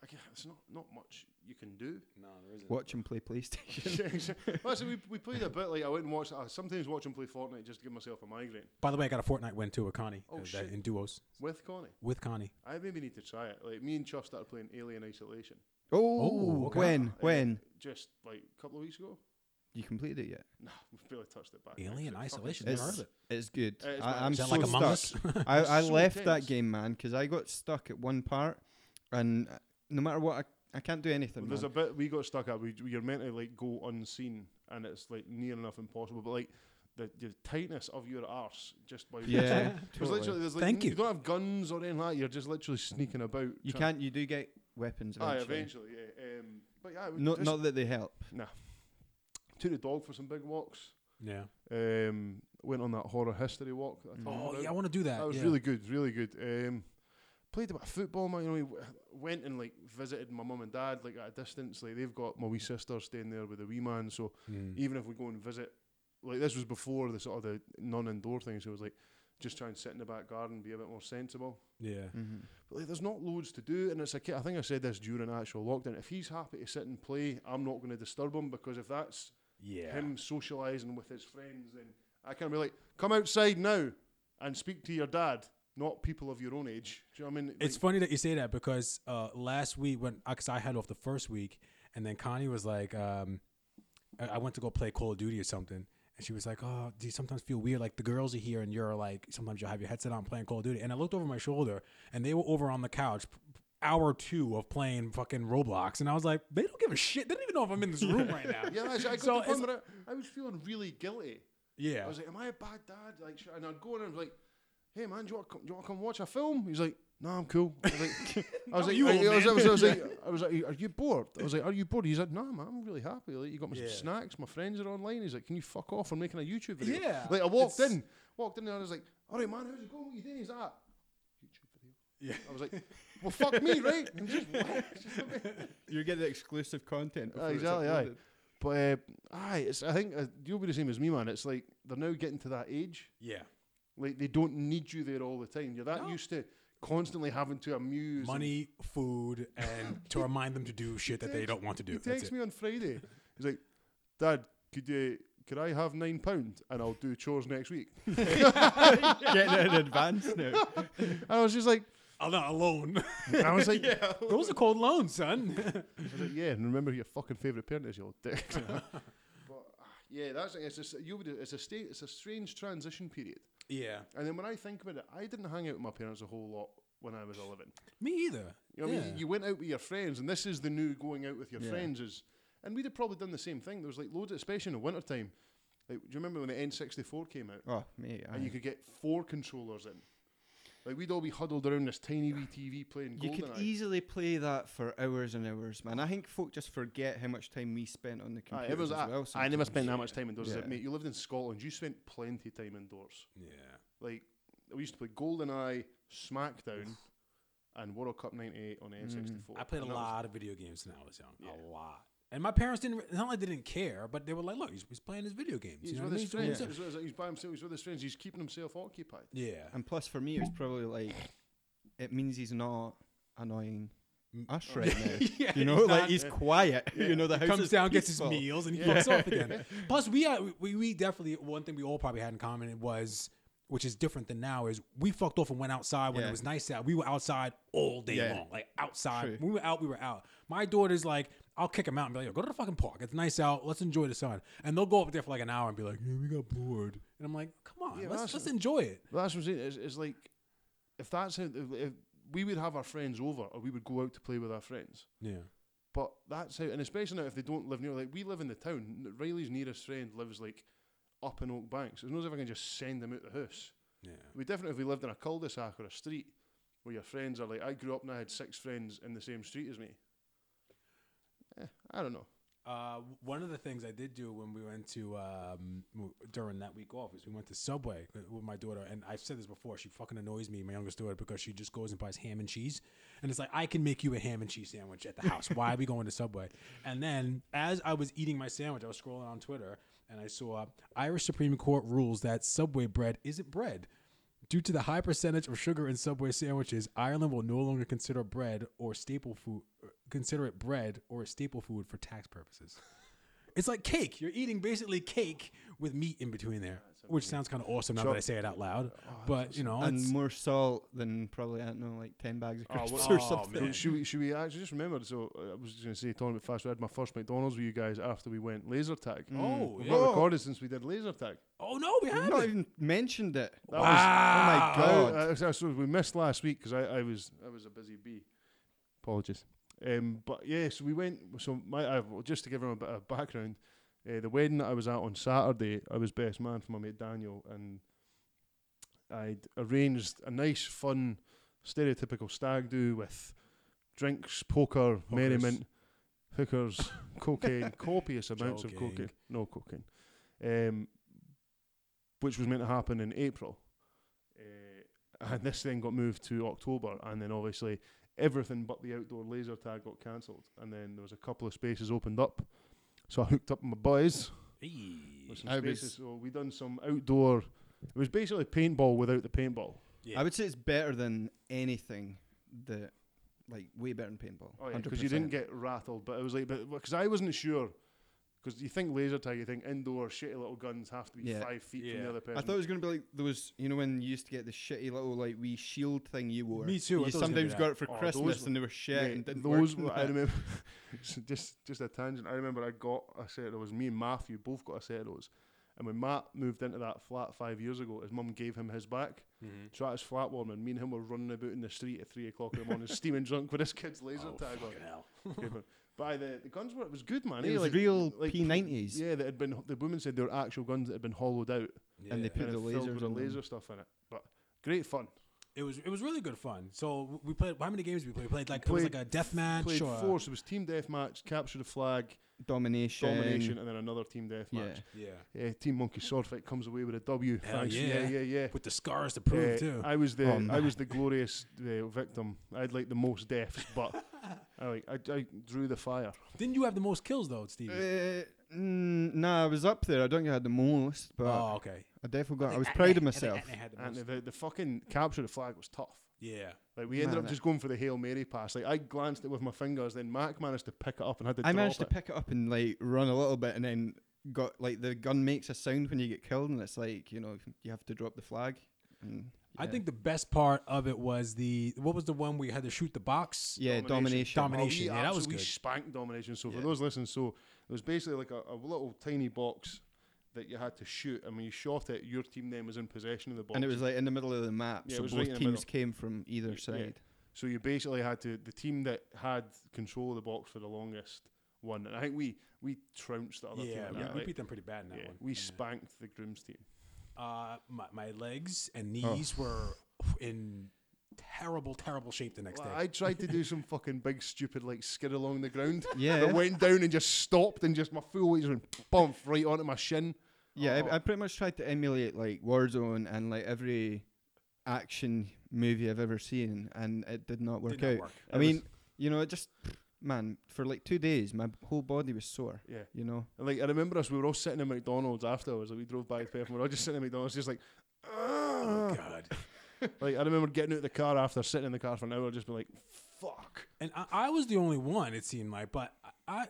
Speaker 2: I guess it's not not much you can do.
Speaker 3: No, there isn't.
Speaker 4: Watch him play PlayStation.
Speaker 2: Yeah, exactly. well, so we, we played a bit like I went and watched. I sometimes watch him play Fortnite just to give myself a migraine
Speaker 3: By the way, I got a Fortnite win too with Connie.
Speaker 2: Oh,
Speaker 3: uh, that-
Speaker 2: shit.
Speaker 3: In duos
Speaker 2: with Connie.
Speaker 3: with Connie.
Speaker 2: I maybe need to try it. Like me and Chuff started playing Alien Isolation
Speaker 4: oh,
Speaker 3: Oh, okay.
Speaker 4: when
Speaker 2: Uh,
Speaker 4: when
Speaker 2: just like a couple of weeks ago.
Speaker 4: you completed it yet?
Speaker 2: Nah, we've barely touched it back.
Speaker 3: Alien
Speaker 2: actually. Fucking
Speaker 3: Isolation,
Speaker 2: sick.
Speaker 3: never heard of it.
Speaker 4: It's good.
Speaker 2: Uh, it's mad.
Speaker 4: I, I'm
Speaker 2: Is
Speaker 4: so
Speaker 2: that like
Speaker 4: stuck.
Speaker 2: Among
Speaker 4: I,
Speaker 2: It's
Speaker 4: I
Speaker 2: so
Speaker 4: left
Speaker 2: intense.
Speaker 4: that game, man, because I got stuck at one part, and uh, no matter what, I, I can't do anything.
Speaker 2: Well, there's a
Speaker 4: man.
Speaker 2: bit we got stuck at. We you're meant to like go unseen, and it's like near enough impossible. But like the, the tightness of your arse just by
Speaker 4: yeah,
Speaker 2: Because
Speaker 4: totally.
Speaker 2: literally, there's like
Speaker 3: Thank
Speaker 2: n- you.
Speaker 3: you.
Speaker 2: don't have guns or anything like that. You're just literally sneaking about.
Speaker 4: you
Speaker 2: trying-
Speaker 4: can't. You do get weapons.
Speaker 2: Aye,
Speaker 4: Eventually.
Speaker 2: eventually, yeah. Um, but yeah, we
Speaker 4: No,
Speaker 2: just
Speaker 4: not that they help.
Speaker 2: took the dog for some big walks.
Speaker 3: Yeah.
Speaker 2: Um, went on that horror history walk. That I
Speaker 4: Mm.
Speaker 2: told you
Speaker 3: Oh
Speaker 2: about.
Speaker 3: yeah, I want to do that.
Speaker 2: that was
Speaker 3: yeah.
Speaker 2: really good, really good. Um, played a bit of football. Man, you know, we w- went and like visited my mum and dad like at a distance. Like they've got my wee sister staying there with the wee man. So
Speaker 3: Mm.
Speaker 2: even if we go and visit, like this was before the sort of the non-indoor thing. So it was like just try and sit in the back garden, be a bit more sensible.
Speaker 3: Yeah.
Speaker 4: Mhm.
Speaker 2: But like, there's not loads to do, and it's a kid. I think I said this during actual lockdown. If he's happy to sit and play, I'm not going to disturb him because if that's
Speaker 3: Yeah.
Speaker 2: him socialising with his friends, then I can be like, come outside now and speak to your dad, not people of your own age. Do you know what I mean?
Speaker 3: It's
Speaker 2: Like,
Speaker 3: funny that you say that because uh, last week when because I had off the first week and then Connie was like, um, I I went to go play Call of Duty or something. And she was like, "Oh, do you sometimes feel weird? Like the girls are here, and you're like, sometimes you'll have your headset on playing Call of Duty." And I looked over my shoulder, and they were over on the couch p- p- hour two of playing fucking Roblox, and I was like, they don't give a shit. They don't even know if I'm in this room right now.
Speaker 2: Yeah, that's, I got to
Speaker 3: So
Speaker 2: the point
Speaker 3: it's-
Speaker 2: where I, I was feeling really guilty.
Speaker 3: yeah.
Speaker 2: I was like, "Am I a bad dad?" Like, sh- and I'd go in and I was like, "Hey man, do you want to come, do you want to come watch a film?" He's like, "No, I'm cool." I was like, I was like,
Speaker 3: you,
Speaker 2: I,
Speaker 3: old
Speaker 2: I was, I
Speaker 3: man.
Speaker 2: was, I was like, I was like, "Are you bored?" I was like, "Are you bored?" He's like, "No, man, I'm really happy. Like, you got my
Speaker 3: Yeah.
Speaker 2: snacks. My friends are online." He's like, "Can you fuck off? I'm making a YouTube video."
Speaker 3: Yeah,
Speaker 2: Like, I walked
Speaker 3: it's-
Speaker 2: in, walked in, and I was like, "All right, man, how's it going? What you doing?" He's like, "Ah, "YouTube video."
Speaker 3: yeah.
Speaker 2: I was like, "Well, fuck me, right?" And just
Speaker 4: You're getting exclusive content.
Speaker 2: Aye,
Speaker 4: before it's
Speaker 2: exactly, aye.
Speaker 4: uploaded.
Speaker 2: But uh, aye, it's, I think uh, you'll be the same as me, man. It's like they're now getting to that age.
Speaker 3: Yeah.
Speaker 2: Like they don't need you there all the time. You're that
Speaker 3: No.
Speaker 2: used to constantly having to amuse. and-
Speaker 3: Money, food, and to remind them to do shit that they
Speaker 2: text-
Speaker 3: don't want to do.
Speaker 2: He
Speaker 3: That's
Speaker 2: texts
Speaker 3: it.
Speaker 2: me on Friday. He's like, "Dad, could you could I have nine pound and I'll do chores next week?"
Speaker 4: Getting it in advance now.
Speaker 2: And I was just like,
Speaker 3: I'm not alone.
Speaker 2: I was like,
Speaker 3: Those are called loans, son.
Speaker 2: I was like, yeah, and remember who your fucking favourite parent is, you old dick. but ah, yeah, that's it's a, s- you would, it's a state, it's a strange transition period.
Speaker 3: yeah.
Speaker 2: And then when I think about it, I didn't hang out with my parents a whole lot when I was eleven.
Speaker 3: Me either.
Speaker 2: You know what
Speaker 3: yeah.
Speaker 2: I mean? You went out with your friends, and this is the new going out with your
Speaker 4: Yeah.
Speaker 2: friends is. And we'd have probably done the same thing. There was like loads, of, especially in the winter time. Like, do you remember when the N64 came out?
Speaker 4: Oh, mate.
Speaker 2: and you
Speaker 4: aye.
Speaker 2: could get four controllers in. Like we'd all be huddled around this tiny wee TV playing
Speaker 4: You
Speaker 2: Goldeneye.
Speaker 4: could easily play that for hours and hours, man. I think folk just forget how much time we spent on the
Speaker 2: Aye,
Speaker 4: computer
Speaker 2: it was
Speaker 4: as
Speaker 2: that-
Speaker 4: well.
Speaker 2: I never
Speaker 4: sometimes.
Speaker 2: spent that much time indoors. I said,
Speaker 4: Yeah.
Speaker 2: Mate, you lived in Scotland. You spent plenty time indoors.
Speaker 3: yeah.
Speaker 2: Like we used to play Goldeneye, SmackDown, and World Cup '98
Speaker 4: Mm.
Speaker 2: on the N64.
Speaker 3: I played a
Speaker 2: And that was-
Speaker 3: lot of video games when I was young.
Speaker 2: Yeah.
Speaker 3: A lot. And my parents didn't, it's not like they didn't care, but they were like, look, he's, he's playing his video games.
Speaker 2: He's
Speaker 3: you know
Speaker 2: with
Speaker 3: what I
Speaker 2: his
Speaker 3: mean?
Speaker 2: friends.
Speaker 3: He's doing
Speaker 2: He's, with- he's by himself. He's with his friends. He's keeping himself occupied.
Speaker 3: his- Yeah.
Speaker 4: And plus, for me, it was probably like it means he's not annoying us right now.
Speaker 3: oh. Yeah,
Speaker 4: you know,
Speaker 3: he's
Speaker 4: like
Speaker 3: not-
Speaker 4: he's quiet. You know, the house
Speaker 3: comes
Speaker 4: is
Speaker 3: down, gets his
Speaker 4: peaceful.
Speaker 3: meals, and he
Speaker 2: Yeah.
Speaker 3: fucks off again. Plus, we, uh, we we definitely one thing we all probably had in common was, which is different than now, is we fucked off and went outside when
Speaker 4: Yeah.
Speaker 3: it was nice out. We were outside all day
Speaker 4: Yeah.
Speaker 3: long, like outside.
Speaker 4: True.
Speaker 3: When we were out, we were out. My daughter's like, I'll kick him out and be like, Yo, go to the fucking park. It's nice out. Let's enjoy the sun. And they'll go up there for like an hour and be like, yeah, we got bored. And I'm like, come on,
Speaker 2: Yeah,
Speaker 3: let's
Speaker 2: that's-
Speaker 3: let's enjoy it.
Speaker 2: Well, that's what I'm saying. It's, it's like if that's how if, if we would have our friends over, or we would go out to play with our friends.
Speaker 3: Yeah,
Speaker 2: But that's how, and especially now if they don't live near, like we live in the town. N- Riley's nearest friend lives like up in Oak Banks. It's not as if I can just send them out the house.
Speaker 3: yeah,
Speaker 2: We definitely, if we lived in a cul-de-sac or a street where your friends are like, I grew up and I had six friends in the same street as me. Eh, I don't know.
Speaker 3: Uh, w- one of the things I did do when we went to um, w- during that week off is we went to Subway with- with my daughter, and I've said this before. She fucking annoys me, my youngest daughter, because she just goes and buys ham and cheese, and it's like I can make you a ham and cheese sandwich at the house. Why are we going to Subway? And then as I was eating my sandwich, I was scrolling on Twitter, and I saw Irish Supreme Court rules that Subway bread isn't bread. Due to the high percentage of sugar in Subway sandwiches, Ireland will no longer consider bread or staple food consider it bread or a staple food for tax purposes. It's like cake. You're eating basically cake with meat in between there, which sounds kind of awesome now that I say it out loud. but you know,
Speaker 4: And
Speaker 3: it's,
Speaker 4: more salt than probably I don't know, like ten bags of crisps
Speaker 2: well-
Speaker 4: or
Speaker 3: Oh,
Speaker 4: something.
Speaker 3: man.
Speaker 2: Should we, should we actually just remember? So uh, I was just going to say, talking about fast food, I had my first McDonald's with you guys after we went laser tag.
Speaker 4: Mm.
Speaker 3: Oh,
Speaker 2: we've
Speaker 3: yeah.
Speaker 2: not recorded since we did laser tag.
Speaker 3: oh no, we
Speaker 4: I've
Speaker 3: haven't.
Speaker 4: not even mentioned it.
Speaker 2: That
Speaker 3: wow.
Speaker 4: my God.
Speaker 2: Uh, so- so we missed last week because I, I was I was a busy bee. Apologies. Um, but yeah, so we went. So my uh, well, just to give him a bit of background, uh, the wedding that I was at on Saturday, I was best man for my mate Daniel, and I'd arranged a nice, fun, stereotypical stag do with drinks, poker, merriment, hookers, cocaine, copious amounts of
Speaker 3: Joking.
Speaker 2: cocaine. No cocaine. Um, which was meant to happen in April. Uh, and this thing got moved to October, and then obviously everything but the outdoor laser tag got cancelled. And then there was a couple of spaces opened up, so I hooked up with my boys.
Speaker 3: Eee.
Speaker 2: With some
Speaker 4: I
Speaker 2: spaces,
Speaker 4: was-
Speaker 2: so we done some outdoor. It was basically paintball without the paintball.
Speaker 3: Yeah.
Speaker 4: I would say it's better than anything that, like, way better than paintball.
Speaker 2: Oh yeah, because you didn't get rattled. But it was like, but because I wasn't sure. Because you think laser tag, you think indoor shitty little guns have to be
Speaker 4: Yeah.
Speaker 2: five feet from
Speaker 3: Yeah.
Speaker 2: the other person.
Speaker 4: I thought it was gonna be like those, you know, when you used to get the shitty little like wee shield thing you wore.
Speaker 3: Me too, I thought it
Speaker 4: You
Speaker 3: was gonna be
Speaker 4: sometimes
Speaker 3: that.
Speaker 4: got it for
Speaker 2: Oh,
Speaker 4: Christmas
Speaker 2: those-
Speaker 4: and they were shit
Speaker 2: Mate,
Speaker 4: and didn't
Speaker 2: those
Speaker 4: work.
Speaker 2: were- I remember so just just a tangent. I remember I got a set of those. Me and Matthew both got a set of those, And when Matt moved into that flat five years ago, his mum gave him his back.
Speaker 3: Mm-hmm.
Speaker 2: So at his flat warming, me and him were running about in the street at three o'clock in the morning, steaming drunk with his kid's
Speaker 4: Oh,
Speaker 2: laser
Speaker 3: Oh,
Speaker 2: tag on. Yeah, man. But aye, the, the guns were it was good, man.
Speaker 4: It
Speaker 2: eh,
Speaker 4: was
Speaker 2: like,
Speaker 4: real
Speaker 2: like,
Speaker 4: P90s.
Speaker 2: Yeah, that had been the woman said they were actual guns that had been hollowed out
Speaker 4: And they put
Speaker 2: and
Speaker 4: the
Speaker 2: the filled
Speaker 4: lasers
Speaker 2: with the
Speaker 4: on them.
Speaker 2: laser stuff in it. But great fun.
Speaker 3: It was it was really good fun. So w- we played. How many games did we play? We played like it was
Speaker 2: played-
Speaker 3: like a death match.
Speaker 2: Played
Speaker 3: or,
Speaker 2: four, so it was team deathmatch, capture the flag,
Speaker 4: Domination.
Speaker 2: domination, and then another team
Speaker 4: Yeah.
Speaker 2: deathmatch.
Speaker 3: Yeah,
Speaker 2: Yeah, Team Monkey Swordfight comes away with a W.
Speaker 3: Hell
Speaker 2: Thanks.
Speaker 3: yeah.
Speaker 2: yeah, yeah. yeah.
Speaker 3: with the scars to prove
Speaker 2: Uh,
Speaker 3: too.
Speaker 2: I was the
Speaker 4: Oh,
Speaker 2: I was the glorious uh, victim. I had like the most deaths, but I, like, I, I drew the fire.
Speaker 3: Didn't you have the most kills though, Stevie?
Speaker 4: Uh, mm, nah, I was up there. I don't think I had the most, but
Speaker 3: oh, okay.
Speaker 4: I definitely got. I,
Speaker 3: think
Speaker 4: was
Speaker 3: Atney-
Speaker 4: proud of
Speaker 3: I think
Speaker 4: myself.
Speaker 3: Atney had the
Speaker 2: And
Speaker 3: most.
Speaker 2: the, the fucking capture the flag was tough.
Speaker 3: yeah.
Speaker 2: Like we ended
Speaker 4: Man,
Speaker 2: up
Speaker 4: I-
Speaker 2: just going for the hail mary pass. Like I glanced it with my fingers, then Mac managed to pick it up and had to.
Speaker 4: I
Speaker 2: drop
Speaker 4: managed to
Speaker 2: it.
Speaker 4: pick it up and like run a little bit, and then got like the gun makes a sound when you get killed, and it's like you know you have to drop the flag. And,
Speaker 3: I
Speaker 4: yeah.
Speaker 3: think the best part of it was the what was the one where you had to shoot the box?
Speaker 4: yeah, domination.
Speaker 3: Domination.
Speaker 2: Oh, we
Speaker 3: yeah, that was
Speaker 2: absolutely
Speaker 3: good.
Speaker 2: spanked domination. So
Speaker 4: Yeah.
Speaker 2: for those listening, so it was basically like a, a little tiny box that you had to shoot, and when you shot it, your team then was in possession of the box.
Speaker 4: And it was like in the middle of the map,
Speaker 2: Yeah, it
Speaker 4: so
Speaker 2: was
Speaker 4: both
Speaker 2: right in the middle.
Speaker 4: teams came from either side.
Speaker 2: so you basically had to the team that had control of the box for the longest won, and I think we we trounced the other team.
Speaker 3: Yeah,
Speaker 2: in
Speaker 3: we,
Speaker 2: that,
Speaker 3: we
Speaker 2: like,
Speaker 3: beat them pretty bad in that
Speaker 2: yeah,
Speaker 3: one.
Speaker 2: we spanked the Grooms team.
Speaker 3: uh, my, my legs and
Speaker 4: Oh.
Speaker 3: knees were in terrible, terrible shape the next
Speaker 2: Well,
Speaker 3: day.
Speaker 2: I tried to do some fucking big stupid like skid along the ground.
Speaker 4: Yeah.
Speaker 2: That went down and just stopped and just my full weight just went bump right onto my shin.
Speaker 4: Yeah,
Speaker 2: Oh.
Speaker 4: I, I pretty much tried to emulate like Warzone and like every action movie I've ever seen, and it did not work
Speaker 3: Did not
Speaker 4: out.
Speaker 3: work.
Speaker 4: I
Speaker 2: It
Speaker 4: mean, you know, it just man for like two days, my whole body was sore.
Speaker 2: Yeah.
Speaker 4: You know,
Speaker 2: And like I remember us, we were all sitting in McDonald's afterwards. Like we drove by the pub and we were all just sitting in McDonald's, just like,
Speaker 3: Oh,
Speaker 2: "Ugh."
Speaker 3: God.
Speaker 2: like I remember getting out of the car after sitting in the car for an hour, just be like, fuck.
Speaker 3: And I, I was the only one, it seemed like, but I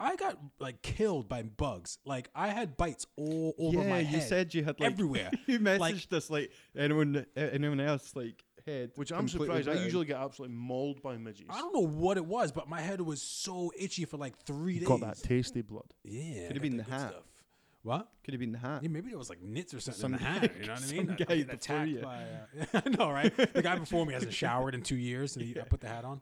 Speaker 3: I got like killed by bugs. Like I had bites all over
Speaker 4: yeah,
Speaker 3: my
Speaker 4: you
Speaker 3: head.
Speaker 4: said you had like
Speaker 3: everywhere.
Speaker 4: you messaged
Speaker 3: Like-
Speaker 4: us like anyone, uh, anyone else like head,
Speaker 2: Which I'm
Speaker 4: completely
Speaker 2: surprised. I
Speaker 4: down.
Speaker 2: usually get absolutely mauled by midges.
Speaker 3: I don't know what it was, but my head was so itchy for like three days.
Speaker 2: tasty blood.
Speaker 3: Yeah.
Speaker 4: Could
Speaker 3: I
Speaker 4: have been
Speaker 3: got
Speaker 4: the
Speaker 3: good
Speaker 4: hat.
Speaker 3: Stuff. What?
Speaker 4: could have been the hat.
Speaker 3: Yeah, maybe there was like nits or something
Speaker 4: Some
Speaker 3: in the hat. You know what I
Speaker 4: guy-
Speaker 3: mean?
Speaker 4: some
Speaker 3: I- I get
Speaker 4: guy before
Speaker 3: attacked
Speaker 4: you.
Speaker 3: by, uh, I know, right? The guy before me hasn't showered in two years, and he, I put the hat on.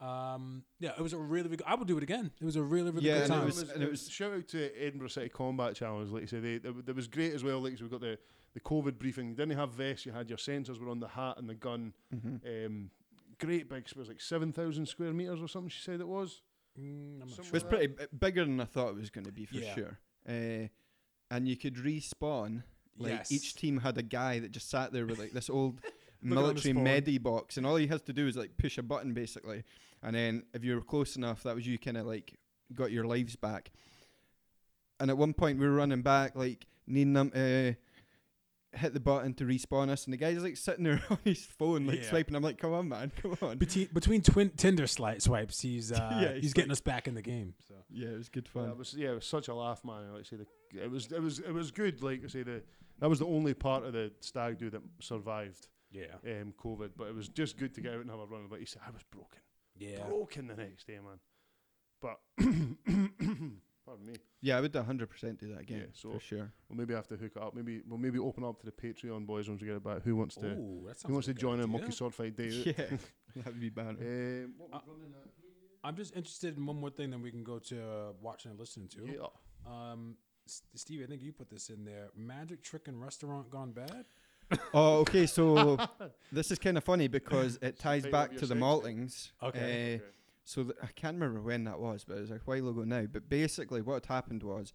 Speaker 3: Um, yeah, it was a really, really. I would do it again. It was a really, really
Speaker 4: Yeah,
Speaker 3: good
Speaker 4: and it
Speaker 3: time.
Speaker 4: was- and it was-
Speaker 2: shout out to Edinburgh City Combat Challenge. Like you say, they, they, they was great as well. Like so we got the the COVID briefing. You didn't have vests. You had your sensors were on the hat and the gun.
Speaker 4: Mm-hmm.
Speaker 2: Um, great big. It was like seven thousand square meters or something. She said it was.
Speaker 3: Mm, I'm not
Speaker 2: Some-
Speaker 3: sure.
Speaker 4: It was
Speaker 2: Uh,
Speaker 4: pretty b- bigger than I thought it was going to be for
Speaker 3: Yeah.
Speaker 4: sure. Uh, and you could respawn. Like
Speaker 3: Yes.
Speaker 4: each team had a guy that just sat there with like this old
Speaker 3: Looking at the
Speaker 4: military
Speaker 3: spawn.
Speaker 4: medi box, and all he has to do is like push a button basically, and then if you were close enough, that was you kind of like got your lives back. And at one point, we were running back, like needing them to hit the button to respawn us, and the guy's like sitting there on his phone, like
Speaker 3: Yeah.
Speaker 4: swiping. I'm like, "Come on, man, come on!"
Speaker 3: between between twin Tinder sli- swipes, he's uh,
Speaker 4: Yeah,
Speaker 3: he's,
Speaker 4: he's
Speaker 3: getting
Speaker 4: like-
Speaker 3: us back in the game. So
Speaker 4: yeah, it was good
Speaker 2: Yeah,
Speaker 4: fun.
Speaker 2: it was yeah, it was such a laugh, man. Like I say, the, it was it was it was good. Like I say, the that was the only part of the stag do that survived
Speaker 3: yeah,
Speaker 2: um, COVID. But it was just good to get out and have a run. But he said I was broken,
Speaker 3: yeah.
Speaker 2: broken the next day, man. But pardon me.
Speaker 4: yeah, I would 100 percent do that again
Speaker 2: Yeah, so-
Speaker 4: for sure.
Speaker 2: We'll maybe have to hook it up. Maybe we'll maybe open up to the Patreon boys once we get it back. Who wants to?
Speaker 4: Oh,
Speaker 3: Ooh, that sounds
Speaker 2: who wants to
Speaker 3: like a good
Speaker 2: join a
Speaker 3: idea.
Speaker 2: monkey sword fight day? out?
Speaker 4: Yeah, that would be bad.
Speaker 2: Um, what
Speaker 3: Uh,
Speaker 2: we're running at
Speaker 3: I'm just interested in one more thing, then we can go to uh, watching and listening to.
Speaker 2: here- yeah.
Speaker 3: Um, S- Steve, I think you put this in there. Magic trick and restaurant gone bad.
Speaker 4: Oh, okay. So this is kind of funny because it ties
Speaker 2: Title of
Speaker 4: back
Speaker 2: your
Speaker 4: to the
Speaker 2: section.
Speaker 4: maltings.
Speaker 3: Okay.
Speaker 4: Uh, So th- I can't remember when that was, but it was a while ago now. But basically, what had happened was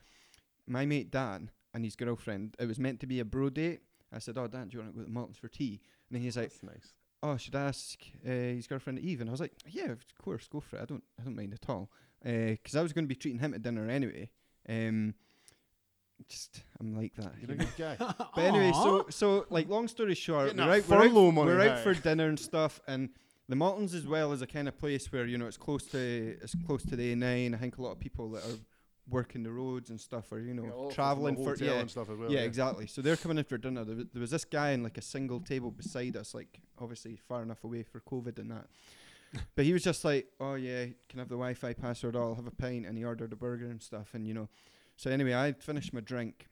Speaker 4: my mate Dan and his girlfriend. It was meant to be a bro date. I said, "Oh, Dan, do you want to go to the maltings for tea?" And then he's like,
Speaker 2: That's nice.
Speaker 4: "Oh, should I ask uh, his girlfriend Eve?" And I was like, "Yeah, of course, go for it. I don't, I don't mind at all." Because I was going to be treating him to dinner anyway. Um, just I'm like that. you
Speaker 2: You're a
Speaker 4: know.
Speaker 2: good guy.
Speaker 4: But anyway,
Speaker 3: Aw.
Speaker 4: so so like long story short,
Speaker 2: Getting
Speaker 4: we're
Speaker 2: that
Speaker 4: out, we're,
Speaker 2: furlough
Speaker 4: out,
Speaker 2: money
Speaker 4: we're out
Speaker 2: now.
Speaker 4: for dinner and stuff, and the Maltons as well is a kind of place where you know it's close to it's close to the A9. I think a lot of people that are working the roads and stuff are you know
Speaker 2: Yeah, all from
Speaker 4: traveling
Speaker 2: the
Speaker 4: for
Speaker 2: hotel
Speaker 4: yeah,
Speaker 2: and stuff as well.
Speaker 4: yeah, exactly. So they're coming in for dinner. There, wa- there was this guy in like a single table beside us, like obviously far enough away for COVID and that. But he was just like, "Oh yeah, can I have the Wi-Fi password? I'll have a pint." And he ordered a burger and stuff, and you know. So anyway, I finished my drink,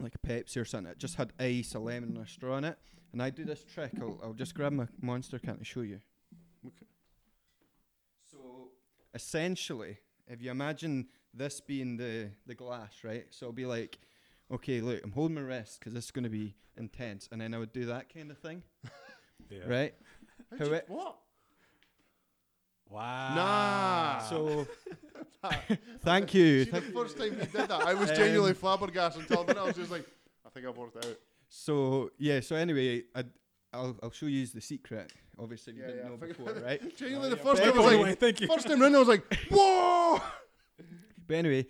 Speaker 4: like a Pepsi or something. It just had ice, a lemon, and a straw in it. And I do this trick. I'll, I'll just grab my monster can to show you.
Speaker 2: Okay.
Speaker 4: So essentially, if you imagine this being the the glass, right? So it'll be like, okay, look, I'm holding my wrist because this is going to be intense, and then I would do that kind of thing,
Speaker 3: Yeah.
Speaker 4: right?
Speaker 2: How'd
Speaker 4: Who
Speaker 2: you-
Speaker 4: it-
Speaker 2: what?
Speaker 3: Wow.
Speaker 2: Nah.
Speaker 4: So thank you.
Speaker 2: See,
Speaker 4: thank-
Speaker 2: the first time you did that, I was genuinely flabbergasted until then. I was just like, I think I've worked it out.
Speaker 4: So yeah. So anyway, I I'll I'll show you the secret. Obviously, if you
Speaker 2: Yeah,
Speaker 4: didn't
Speaker 2: yeah,
Speaker 4: know
Speaker 2: I figured
Speaker 4: before, right?
Speaker 2: Genuinely, the first
Speaker 4: but
Speaker 2: time I was
Speaker 4: Oh, anyway,
Speaker 2: like,
Speaker 3: thank you.
Speaker 2: first time round, I was like, whoa.
Speaker 4: But anyway,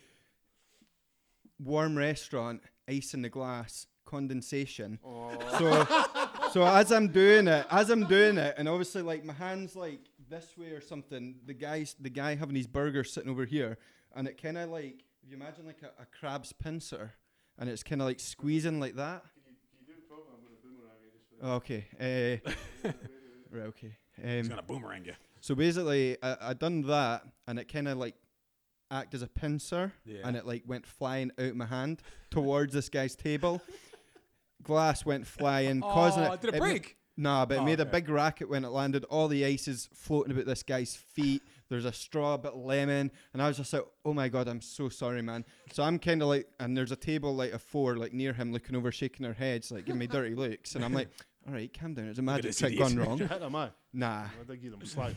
Speaker 4: warm restaurant, ice in the glass, condensation. So, so as I'm doing it, as I'm doing it, and obviously like my hands like this way or something. The guys, the guy having his burger sitting over here, and it kind of like if you imagine like a, a crab's pincer, and it's kind of like squeezing like that. Oh, Okay. Uh, right. Okay.
Speaker 3: He's
Speaker 4: Um,
Speaker 3: gonna boomerang you.
Speaker 4: so basically, I, I done that, and it kind of like acted as a pincer,
Speaker 3: Yeah.
Speaker 4: and it like went flying out my hand towards this guy's table. Glass went flying, causing
Speaker 3: Oh,
Speaker 4: it.
Speaker 3: did it
Speaker 4: ma-
Speaker 3: break?
Speaker 4: nah, but it
Speaker 3: Oh,
Speaker 4: made a
Speaker 3: okay.
Speaker 4: big racket when it landed. All the ice is floating about this guy's feet. There's a straw, a bit of lemon, and I was just like, "Oh my god, I'm so sorry, man." So I'm kind of like, and there's a table like a four, like near him, looking over, shaking her heads, like giving me dirty looks, and I'm like, "All right, calm down. It's a magic
Speaker 3: this
Speaker 4: trick
Speaker 3: idiot."
Speaker 4: gone wrong."
Speaker 2: Hit am I?
Speaker 4: Nah,
Speaker 2: I did give them slack.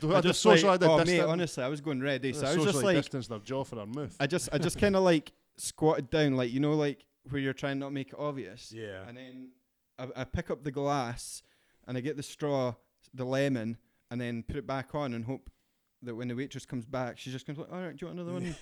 Speaker 2: Do I
Speaker 4: I
Speaker 2: just
Speaker 4: just
Speaker 2: social I
Speaker 4: like,
Speaker 2: did
Speaker 4: oh mate,
Speaker 2: distance-
Speaker 4: honestly, I was going red. eh,
Speaker 2: I
Speaker 4: So I was just
Speaker 2: socially
Speaker 4: like,
Speaker 2: distanced their jaw from their mouth.
Speaker 4: I just, I just kind of like squatted down, like you know, like where you're trying not to make it obvious.
Speaker 3: Yeah.
Speaker 4: And then I, I pick up the glass and I get the straw, the lemon, and then put it back on and hope that when the waitress comes back, she's just going to like, all right, do you want another one?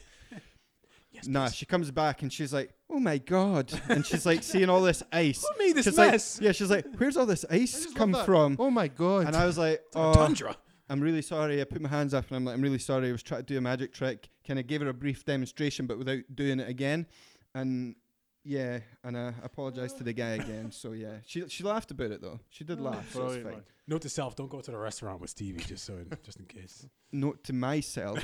Speaker 3: Yes,
Speaker 4: nah, she comes back and she's like, oh my god, and she's like seeing all this ice.
Speaker 3: Who made this
Speaker 4: She's
Speaker 3: mess?
Speaker 4: Like, yeah, she's like, where's all this
Speaker 2: I
Speaker 4: ice
Speaker 2: just love
Speaker 4: come
Speaker 2: that.
Speaker 4: from?
Speaker 2: Oh my god!
Speaker 4: And I was like,
Speaker 3: please.
Speaker 4: oh,
Speaker 3: Tundra.
Speaker 4: I'm really sorry. I put my hands up and I'm like, I'm really sorry. I was trying to do a magic trick. Kind of gave her a brief demonstration, but without doing it again. And yeah, and I apologized to the guy again. So yeah, she she laughed about it though. She did laugh. So it's
Speaker 2: Brilliant,
Speaker 4: fine.
Speaker 2: man.
Speaker 3: Note to self: don't go to the restaurant with Stevie just so, just in case.
Speaker 4: Note to myself: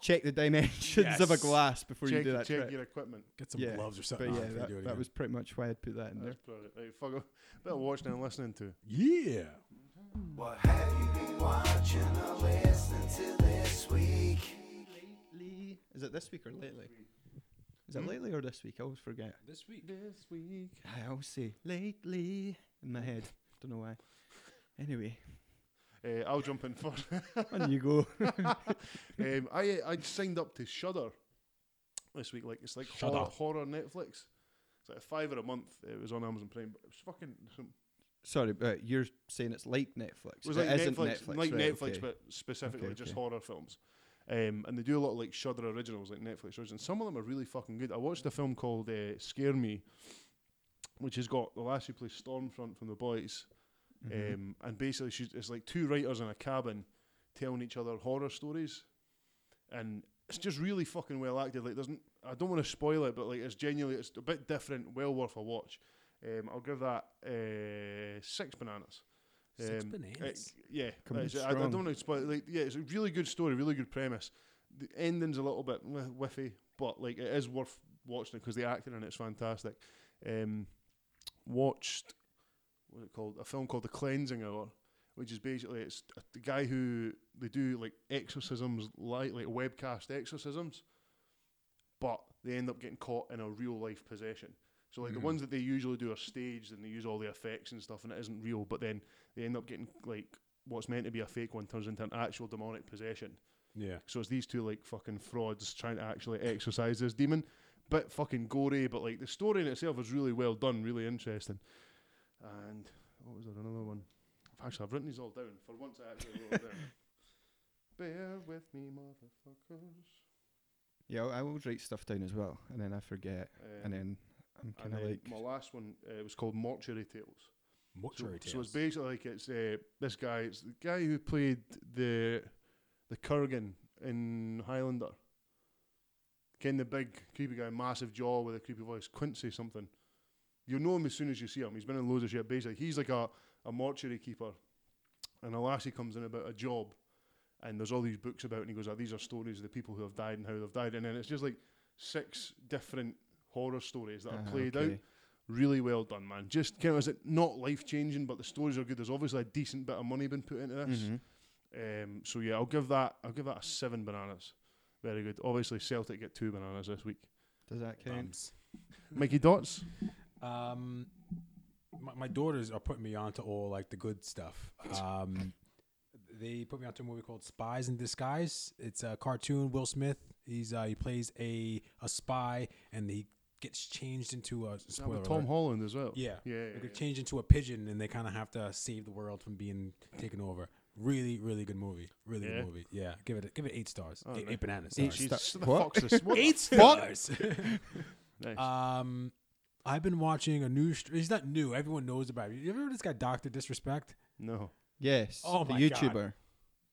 Speaker 4: check the dimensions of a
Speaker 3: Yes.
Speaker 4: glass before
Speaker 2: check,
Speaker 4: you do that
Speaker 2: check
Speaker 4: trick.
Speaker 2: your equipment.
Speaker 3: Get some
Speaker 4: Yeah,
Speaker 3: gloves or
Speaker 4: But
Speaker 3: something.
Speaker 4: yeah,
Speaker 3: on if Oh, you do it
Speaker 4: that, that
Speaker 3: again.
Speaker 4: was pretty much why I'd put that in there.
Speaker 2: That's brilliant. Right, fuck off. Bit of watching and listening to.
Speaker 3: yeah.
Speaker 6: What have you been watching or listening to this week?
Speaker 4: Lately, is it this week or lately? Is
Speaker 6: Hmm?
Speaker 4: it lately or this week? I always forget.
Speaker 3: This week.
Speaker 2: This week.
Speaker 4: I always say lately in my head. Don't know why. Anyway,
Speaker 2: Uh, I'll jump in first.
Speaker 4: on you go.
Speaker 2: um, I I signed up to Shudder this week. Like it's like
Speaker 3: Shudder.
Speaker 2: horror, horror Netflix. It's like a fiver a month. uh, It was on Amazon Prime. But it was fucking. Some,
Speaker 4: Sorry, but you're saying it's like Netflix.
Speaker 2: it was
Speaker 4: but
Speaker 2: like
Speaker 4: it isn't
Speaker 2: Netflix, like
Speaker 4: right,
Speaker 2: Netflix,
Speaker 4: okay.
Speaker 2: but specifically
Speaker 4: Okay,
Speaker 2: just
Speaker 4: okay.
Speaker 2: horror films. Um, and they do a lot of like Shudder originals, like Netflix originals. Some of them are really fucking good. I watched a film called uh, Scare Me, which has got the lass who plays Stormfront from The Boys.
Speaker 4: Mhm.
Speaker 2: Um, and basically, she's, it's like two writers in a cabin telling each other horror stories, and it's just really fucking well acted. Like, doesn't I don't want to spoil it, but like it's genuinely it's a bit different, well worth a watch. Um, I'll give that uh, six bananas.
Speaker 3: Six
Speaker 2: Um,
Speaker 3: bananas.
Speaker 2: it- yeah,
Speaker 4: Coming
Speaker 2: it's-
Speaker 4: in
Speaker 2: I, I don't
Speaker 4: strong.
Speaker 2: want to spoil. it, Like, yeah, it's a really good story, really good premise. The ending's a little bit wh- whiffy, but like it is worth watching it because the acting in it's fantastic. Um, watched what's it called? A film called The Cleansing Hour, which is basically it's a, the guy who they do like exorcisms, like like webcast exorcisms, but they end up getting caught in a real life possession. So like the
Speaker 4: Mm.
Speaker 2: ones that they usually do are staged and they use all the effects and stuff, and it isn't real. But then they end up getting like what's meant to be a fake one turns into an actual demonic possession.
Speaker 3: Yeah.
Speaker 2: So it's these two like fucking frauds trying to actually exorcise this demon. Bit fucking gory, but like the story in itself is really well done, really interesting. And what was there another one? I've actually I've written these all down. For once I actually wrote them down. Bear with me, motherfuckers.
Speaker 4: Yeah, I always write stuff down as well, and then I forget,
Speaker 2: Um,
Speaker 4: and then I'm
Speaker 2: and
Speaker 4: kind of
Speaker 2: then
Speaker 4: like,
Speaker 2: my last one uh, was called Mortuary Tales. So,
Speaker 3: Mortuary
Speaker 2: so it's
Speaker 3: Tales.
Speaker 2: basically like it's uh, this guy, it's the guy who played the the Kurgan in Highlander. Ken the big creepy guy, massive jaw with a creepy voice, Quincy something. You'll know him as soon as you see him. He's been in loads of shit. Basically, he's like a, a mortuary keeper, and a lassie comes in about a job, and there's all these books about, it and he goes, oh, "These are stories of the people who have died and how they've died," and then it's just like six different horror stories that are
Speaker 4: Ah,
Speaker 2: played out.
Speaker 4: okay.
Speaker 2: Really well done, man. Just kind of is it not life changing, but the stories are good. There's obviously a decent bit of money been put into this.
Speaker 4: Mhm.
Speaker 2: Um, so yeah, I'll give that. I'll give that a seven bananas. Very good. Obviously, Celtic get two bananas this week.
Speaker 4: Does that count?
Speaker 3: Bums.
Speaker 2: Mickey Dots.
Speaker 3: Um, my, my daughters are putting me onto all like the good stuff. Um, they put me onto a movie called Spies in Disguise. It's a cartoon. Will Smith. He's uh, he plays a a spy and he gets changed into a
Speaker 2: Is that
Speaker 3: spoiler
Speaker 2: with Tom
Speaker 3: alert.
Speaker 2: Holland as well.
Speaker 3: Yeah,
Speaker 2: yeah.
Speaker 3: They
Speaker 2: yeah,
Speaker 3: get changed into a pigeon and they kind of have to save the world from being taken over. Really, really good movie. Really
Speaker 2: Yeah.
Speaker 3: good movie. Yeah, give it give it eight stars.
Speaker 2: Oh,
Speaker 3: eight,
Speaker 2: nice.
Speaker 3: eight bananas.
Speaker 2: yeah.
Speaker 3: Sorry.
Speaker 4: Eight
Speaker 2: Jeez,
Speaker 4: Star-
Speaker 2: the
Speaker 4: what?
Speaker 2: fuck's this? What the
Speaker 3: Eight
Speaker 2: fuck?
Speaker 3: stars.
Speaker 2: Nice.
Speaker 3: um, I've been watching a new. St- he's not new. Everyone knows about it. You ever heard of this guy, Doctor Disrespect?
Speaker 2: no.
Speaker 4: Yes.
Speaker 3: Oh
Speaker 4: the
Speaker 3: my God.
Speaker 4: YouTuber.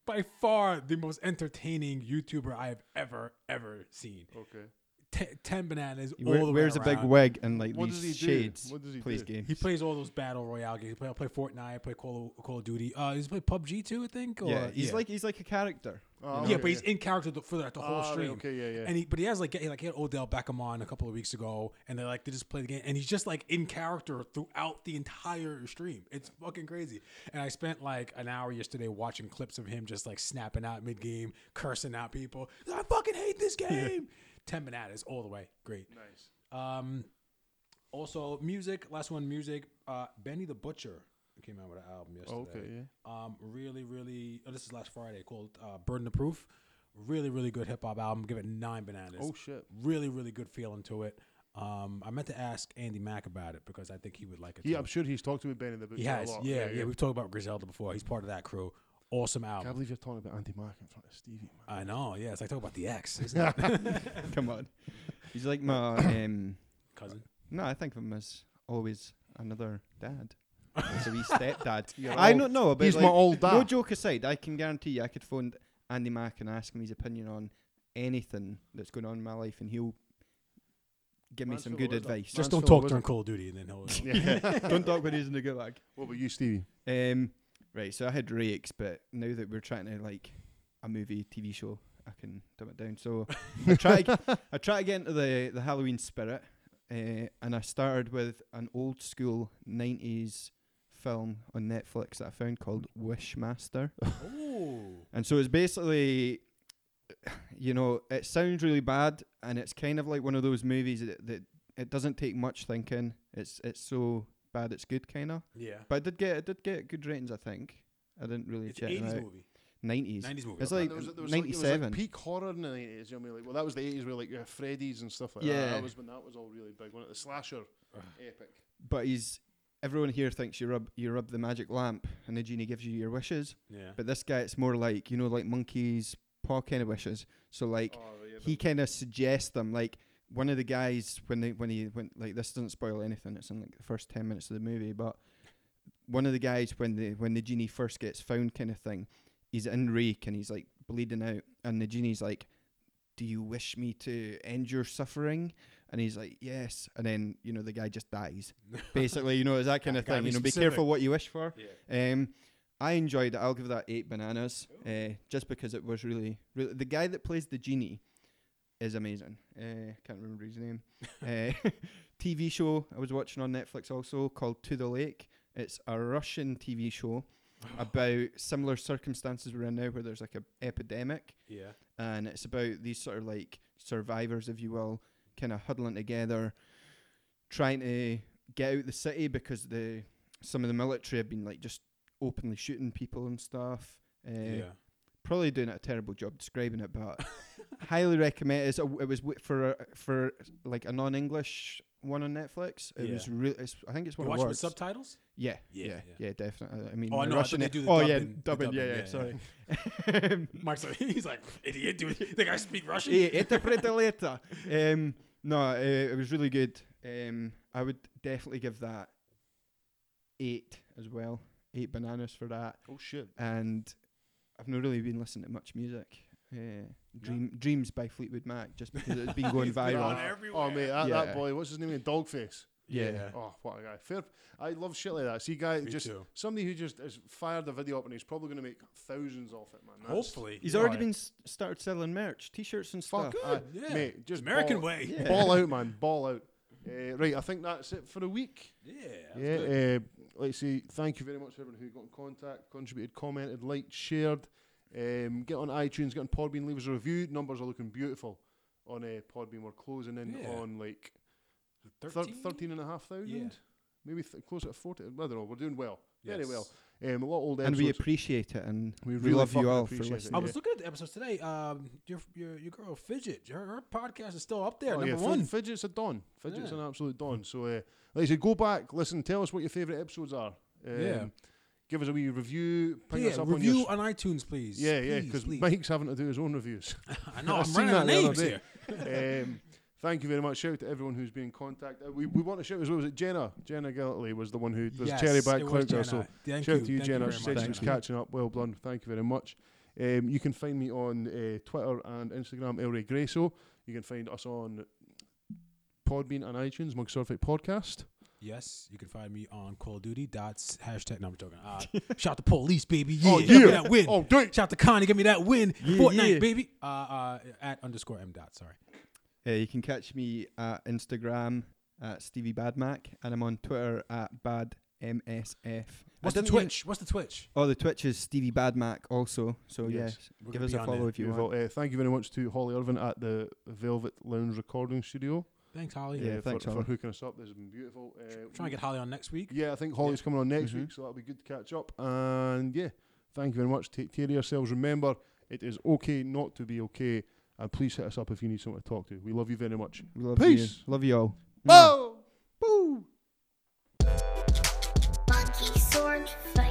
Speaker 3: By far the most entertaining YouTuber I have ever ever seen.
Speaker 2: Okay.
Speaker 3: Te- ten bananas.
Speaker 4: He
Speaker 3: all
Speaker 4: wear-
Speaker 3: the way
Speaker 4: wears a big
Speaker 3: around.
Speaker 4: wig and like
Speaker 2: What
Speaker 4: these
Speaker 2: does he do?
Speaker 4: shades.
Speaker 2: What does he
Speaker 4: plays
Speaker 2: do?
Speaker 4: games.
Speaker 3: He plays all those battle royale games. He play, play Fortnite, play Call of, Call of Duty. Uh, he's play PUBG too, I think. Or,
Speaker 4: yeah, he's like he's like a character.
Speaker 2: Oh,
Speaker 3: yeah,
Speaker 2: okay,
Speaker 3: but he's in character the, for like, the whole
Speaker 2: Ah, right,
Speaker 3: stream.
Speaker 2: okay, yeah, yeah.
Speaker 3: And he, but he has like, he, like he had Odell Beckham on a couple of weeks ago, and they like they just played the game, and he's just like in character throughout the entire stream. It's fucking crazy. And I spent like an hour yesterday watching clips of him just like snapping out mid game, cursing out people. I fucking hate this game. Ten bananas all the way. Great.
Speaker 2: Nice.
Speaker 3: Um, also music. Last one, music. Uh, Benny the Butcher came out with an album yesterday.
Speaker 2: Okay, yeah.
Speaker 3: Um, really, really. Oh, this is last Friday. Called uh, Burden of Proof. Really, really good hip hop album. Give it nine bananas.
Speaker 2: Oh shit.
Speaker 3: Really, really good feeling to it. Um, I meant to ask Andy Mack about it because I think he would like it.
Speaker 2: He,
Speaker 3: too.
Speaker 2: I'm sure he's talked to me Benny the Butcher
Speaker 3: he has.
Speaker 2: a lot.
Speaker 3: Yeah, yeah, We've talked about Griselda before. He's part of that crew. Awesome
Speaker 2: Can't
Speaker 3: album.
Speaker 2: believe you're talking about Andy Mark in front of Stevie. Man.
Speaker 3: I know. Yeah, it's like talking about the ex, isn't it?
Speaker 4: Come on. He's like my um
Speaker 3: cousin?
Speaker 4: no, I think of him as always another dad. He's a wee stepdad.
Speaker 2: You're
Speaker 4: I
Speaker 2: all-
Speaker 4: don't know, but
Speaker 2: he's
Speaker 4: like,
Speaker 2: my old
Speaker 4: No
Speaker 2: dad.
Speaker 4: joke aside, I can guarantee you I could phone Andy Mack and ask him his opinion on anything that's going on in my life and he'll give me some
Speaker 2: Mansfield
Speaker 4: good
Speaker 2: or Wisdom?
Speaker 4: advice.
Speaker 3: Just
Speaker 2: Mansfield
Speaker 3: don't talk
Speaker 2: Wizard.
Speaker 3: during Call of Duty, and then he'll.
Speaker 2: Yeah.
Speaker 4: don't talk when he's in the good luck.
Speaker 2: what about you, Stevie?
Speaker 4: Um, right, so I had rakes, but now that we're trying to like a movie, TV show, I can dumb it down. So I try, I try to get into the the Halloween spirit, uh, and I started with an old school '90s film on Netflix that I found called Wishmaster,
Speaker 3: uh, Ooh.
Speaker 4: and so it's basically. You know, it sounds really bad, and it's kind of like one of those movies that, that it doesn't take much thinking. It's it's so bad, it's good, kind of.
Speaker 3: Yeah.
Speaker 4: But I did get I did get good ratings. I think I didn't really
Speaker 3: It's
Speaker 4: check.
Speaker 3: an 80s
Speaker 4: them out.
Speaker 3: movie.
Speaker 4: 90s.
Speaker 3: 90s movie.
Speaker 4: It's
Speaker 3: okay.
Speaker 4: like
Speaker 2: There was- there was like- it was
Speaker 4: 97.
Speaker 2: like peak horror in the 80s. You know, what I mean? like, well, that was the 80s where like you had Freddy's and stuff like that.
Speaker 4: Yeah.
Speaker 2: That was when that was all really big. One of the slasher epic.
Speaker 4: but he's everyone here thinks you rub you rub the magic lamp and the genie gives you your wishes.
Speaker 3: yeah.
Speaker 4: But this guy, it's more like you know, like monkeys paw kind of wishes. So like
Speaker 2: Oh, yeah,
Speaker 4: he kind of suggests them. Like one of the guys when they when he when like this doesn't spoil anything. It's in like the first ten minutes of the movie, but one of the guys when the when the genie first gets found, kind of thing, he's in rake and he's like bleeding out, and the genie's like, "Do you wish me to end your suffering?" And he's like, "Yes," and then you know the guy just dies. Basically, you know, it's that kind of
Speaker 3: Gotta
Speaker 4: thing.
Speaker 3: be
Speaker 4: You know, be
Speaker 3: specific.
Speaker 4: careful what you wish for.
Speaker 3: Yeah.
Speaker 4: Um, I enjoyed it. I'll give that eight bananas, uh, just because it was really, really. The guy that plays the genie is amazing. Uh, can't remember his name. uh, TV show I was watching on Netflix also called To the Lake. It's a Russian TV show about similar circumstances we're in now, where there's like a epidemic,
Speaker 3: yeah.
Speaker 4: and it's about these sort of like survivors, if you will, kind of huddling together, trying to get out the city because the some of the military have been like just openly shooting people and stuff. Uh,
Speaker 3: Yeah.
Speaker 4: Probably doing a terrible job describing it, but highly recommend. It's a, it was wi- for a, for like a non-English one on Netflix. It
Speaker 3: Yeah.
Speaker 4: was really. I think it's
Speaker 3: You
Speaker 4: one.
Speaker 3: watch
Speaker 4: of
Speaker 3: it with subtitles?
Speaker 4: yeah,
Speaker 3: Yeah,
Speaker 4: yeah, yeah,
Speaker 3: yeah.
Speaker 4: definitely. I mean,
Speaker 3: Oh, I
Speaker 4: the
Speaker 3: know, I thought
Speaker 4: Russian
Speaker 3: they
Speaker 4: e-
Speaker 3: do the
Speaker 4: oh
Speaker 3: dubbing-
Speaker 4: yeah,
Speaker 3: the
Speaker 4: dubbing, yeah,
Speaker 3: dubbing,
Speaker 4: yeah,
Speaker 3: yeah,
Speaker 4: Sorry.
Speaker 3: Mike's like, he's like, idiot, dude. Think I speak Russian?
Speaker 4: Eh, interpret later. Um, no, uh, it was really good. Um, I would definitely give that eight as well. Eight bananas for that.
Speaker 2: Oh shit.
Speaker 4: And I've not really been listening to much music. Uh, Dream Dreams by Fleetwood Mac just because it's been going
Speaker 2: Oh,
Speaker 3: on
Speaker 4: viral.
Speaker 2: Oh mate, that,
Speaker 4: Yeah.
Speaker 2: that boy. What's his name? again? Dogface.
Speaker 4: Yeah.
Speaker 3: Yeah.
Speaker 2: Oh, what a guy. Fair. I love shit like that. See, guy,
Speaker 3: Me
Speaker 2: just
Speaker 3: too.
Speaker 2: somebody who just has fired a video up and he's probably going to make thousands off it, man. That's-
Speaker 3: Hopefully.
Speaker 4: He's
Speaker 2: Yeah.
Speaker 4: already
Speaker 2: Right.
Speaker 4: been s- started selling merch, t-shirts and stuff.
Speaker 2: Fuck, I-
Speaker 3: yeah.
Speaker 2: mate. Just
Speaker 3: American
Speaker 2: ball,
Speaker 3: way.
Speaker 4: Yeah.
Speaker 2: Ball out, man. Ball out. Uh, right, I think that's it for the week.
Speaker 3: Yeah.
Speaker 2: yeah, uh, let's see. Thank you very much, everyone who got in contact, contributed, commented, liked, shared. Um, get on iTunes, get on Podbean, leave us a review. Numbers are looking beautiful on uh, Podbean. We're closing in
Speaker 3: Yeah.
Speaker 2: on like thir-
Speaker 3: 13?
Speaker 2: 13 and a half thousand.
Speaker 3: Yeah.
Speaker 2: Maybe th- close at 40. I don't know. We're doing well. Very
Speaker 3: Yes.
Speaker 2: well. Um, a lot of old
Speaker 4: and we
Speaker 2: episodes.
Speaker 4: appreciate it, and
Speaker 2: We
Speaker 4: we,
Speaker 2: really
Speaker 4: love
Speaker 2: fucking
Speaker 4: you all for
Speaker 2: appreciate it.
Speaker 4: listening.
Speaker 3: I
Speaker 2: Yeah.
Speaker 3: was looking at the episodes today. Um, your your, your girl Fidget, her, her podcast is still up there,
Speaker 2: Oh,
Speaker 3: number
Speaker 2: yeah, Fid-
Speaker 3: one.
Speaker 2: Fidget's a don. Fidget's
Speaker 3: Yeah.
Speaker 2: an absolute don. So, uh, like I said, go back, listen, tell us what your favourite episodes are. Um,
Speaker 3: Yeah.
Speaker 2: Give us a wee review. Ping
Speaker 3: yeah,
Speaker 2: us up on
Speaker 3: review
Speaker 2: your. s-
Speaker 3: on, iTunes, please.
Speaker 2: yeah, yeah,
Speaker 3: Please,
Speaker 2: because
Speaker 3: please.
Speaker 2: Mike's having to do his own reviews.
Speaker 3: I know
Speaker 2: I
Speaker 3: I'm
Speaker 2: seen
Speaker 3: running
Speaker 2: that
Speaker 3: out of
Speaker 2: the other day.
Speaker 3: names here.
Speaker 2: um, thank you very much. Shout out to everyone who's been in contact. Uh, we, we want to shout as well. Was it Jenna? Jenna Gallaty was the one who was
Speaker 3: Yes,
Speaker 2: cherry back
Speaker 3: it was
Speaker 2: clown girl,
Speaker 3: Jenna.
Speaker 2: So
Speaker 3: Thank
Speaker 2: shout
Speaker 3: you,
Speaker 2: out to you,
Speaker 3: thank
Speaker 2: Jenna.
Speaker 3: very
Speaker 2: she
Speaker 3: much.
Speaker 2: said she was catching up. Well done. Thank you very much. Um, you can find me on uh, Twitter and Instagram, El Ray Greso. You can find us on Podbean and iTunes, Mug Surfeit Podcast.
Speaker 3: Yes, you can find me on Call of Duty dots hashtag. No, I'm joking. Uh, shout to police, baby. Yeah,
Speaker 2: Oh,
Speaker 3: give me
Speaker 2: yeah.
Speaker 3: that win.
Speaker 2: Oh, dude.
Speaker 3: Shout to Connie, give me that win.
Speaker 4: Yeah,
Speaker 3: Fortnite,
Speaker 4: yeah.
Speaker 3: baby. Uh, uh, at underscore m dot. Sorry.
Speaker 4: Uh, you can catch me at Instagram at Stevie Badmac, and I'm on Twitter at Bad MSF.
Speaker 3: What's the Twitch? What's the Twitch?
Speaker 4: Oh, the Twitch is Stevie Badmac also. So
Speaker 2: Yes.
Speaker 4: yes,
Speaker 3: We're
Speaker 4: give
Speaker 3: gonna
Speaker 4: us
Speaker 3: be
Speaker 4: a
Speaker 3: on
Speaker 4: follow
Speaker 3: there.
Speaker 4: if you
Speaker 2: Beautiful.
Speaker 4: want.
Speaker 2: Uh, thank you very much to Holly Irvin at the Velvet Lounge Recording Studio
Speaker 3: Thanks, Holly.
Speaker 4: Yeah,
Speaker 2: uh,
Speaker 4: thanks,
Speaker 2: for, for
Speaker 4: Holly.
Speaker 2: hooking us up. This has been beautiful. Uh,
Speaker 3: Trying to get Holly on next week.
Speaker 2: Yeah, I think Holly's coming on next
Speaker 4: Mhm.
Speaker 2: week, so that'll be good to catch up. And yeah, thank you very much. Take care of yourselves. Remember, it is okay not to be okay. And please hit us up if you need someone to talk to. We love you very much.
Speaker 4: We love
Speaker 2: Peace.
Speaker 4: you. Love you all.
Speaker 2: Bow! Boo!
Speaker 1: Monkey sword fight.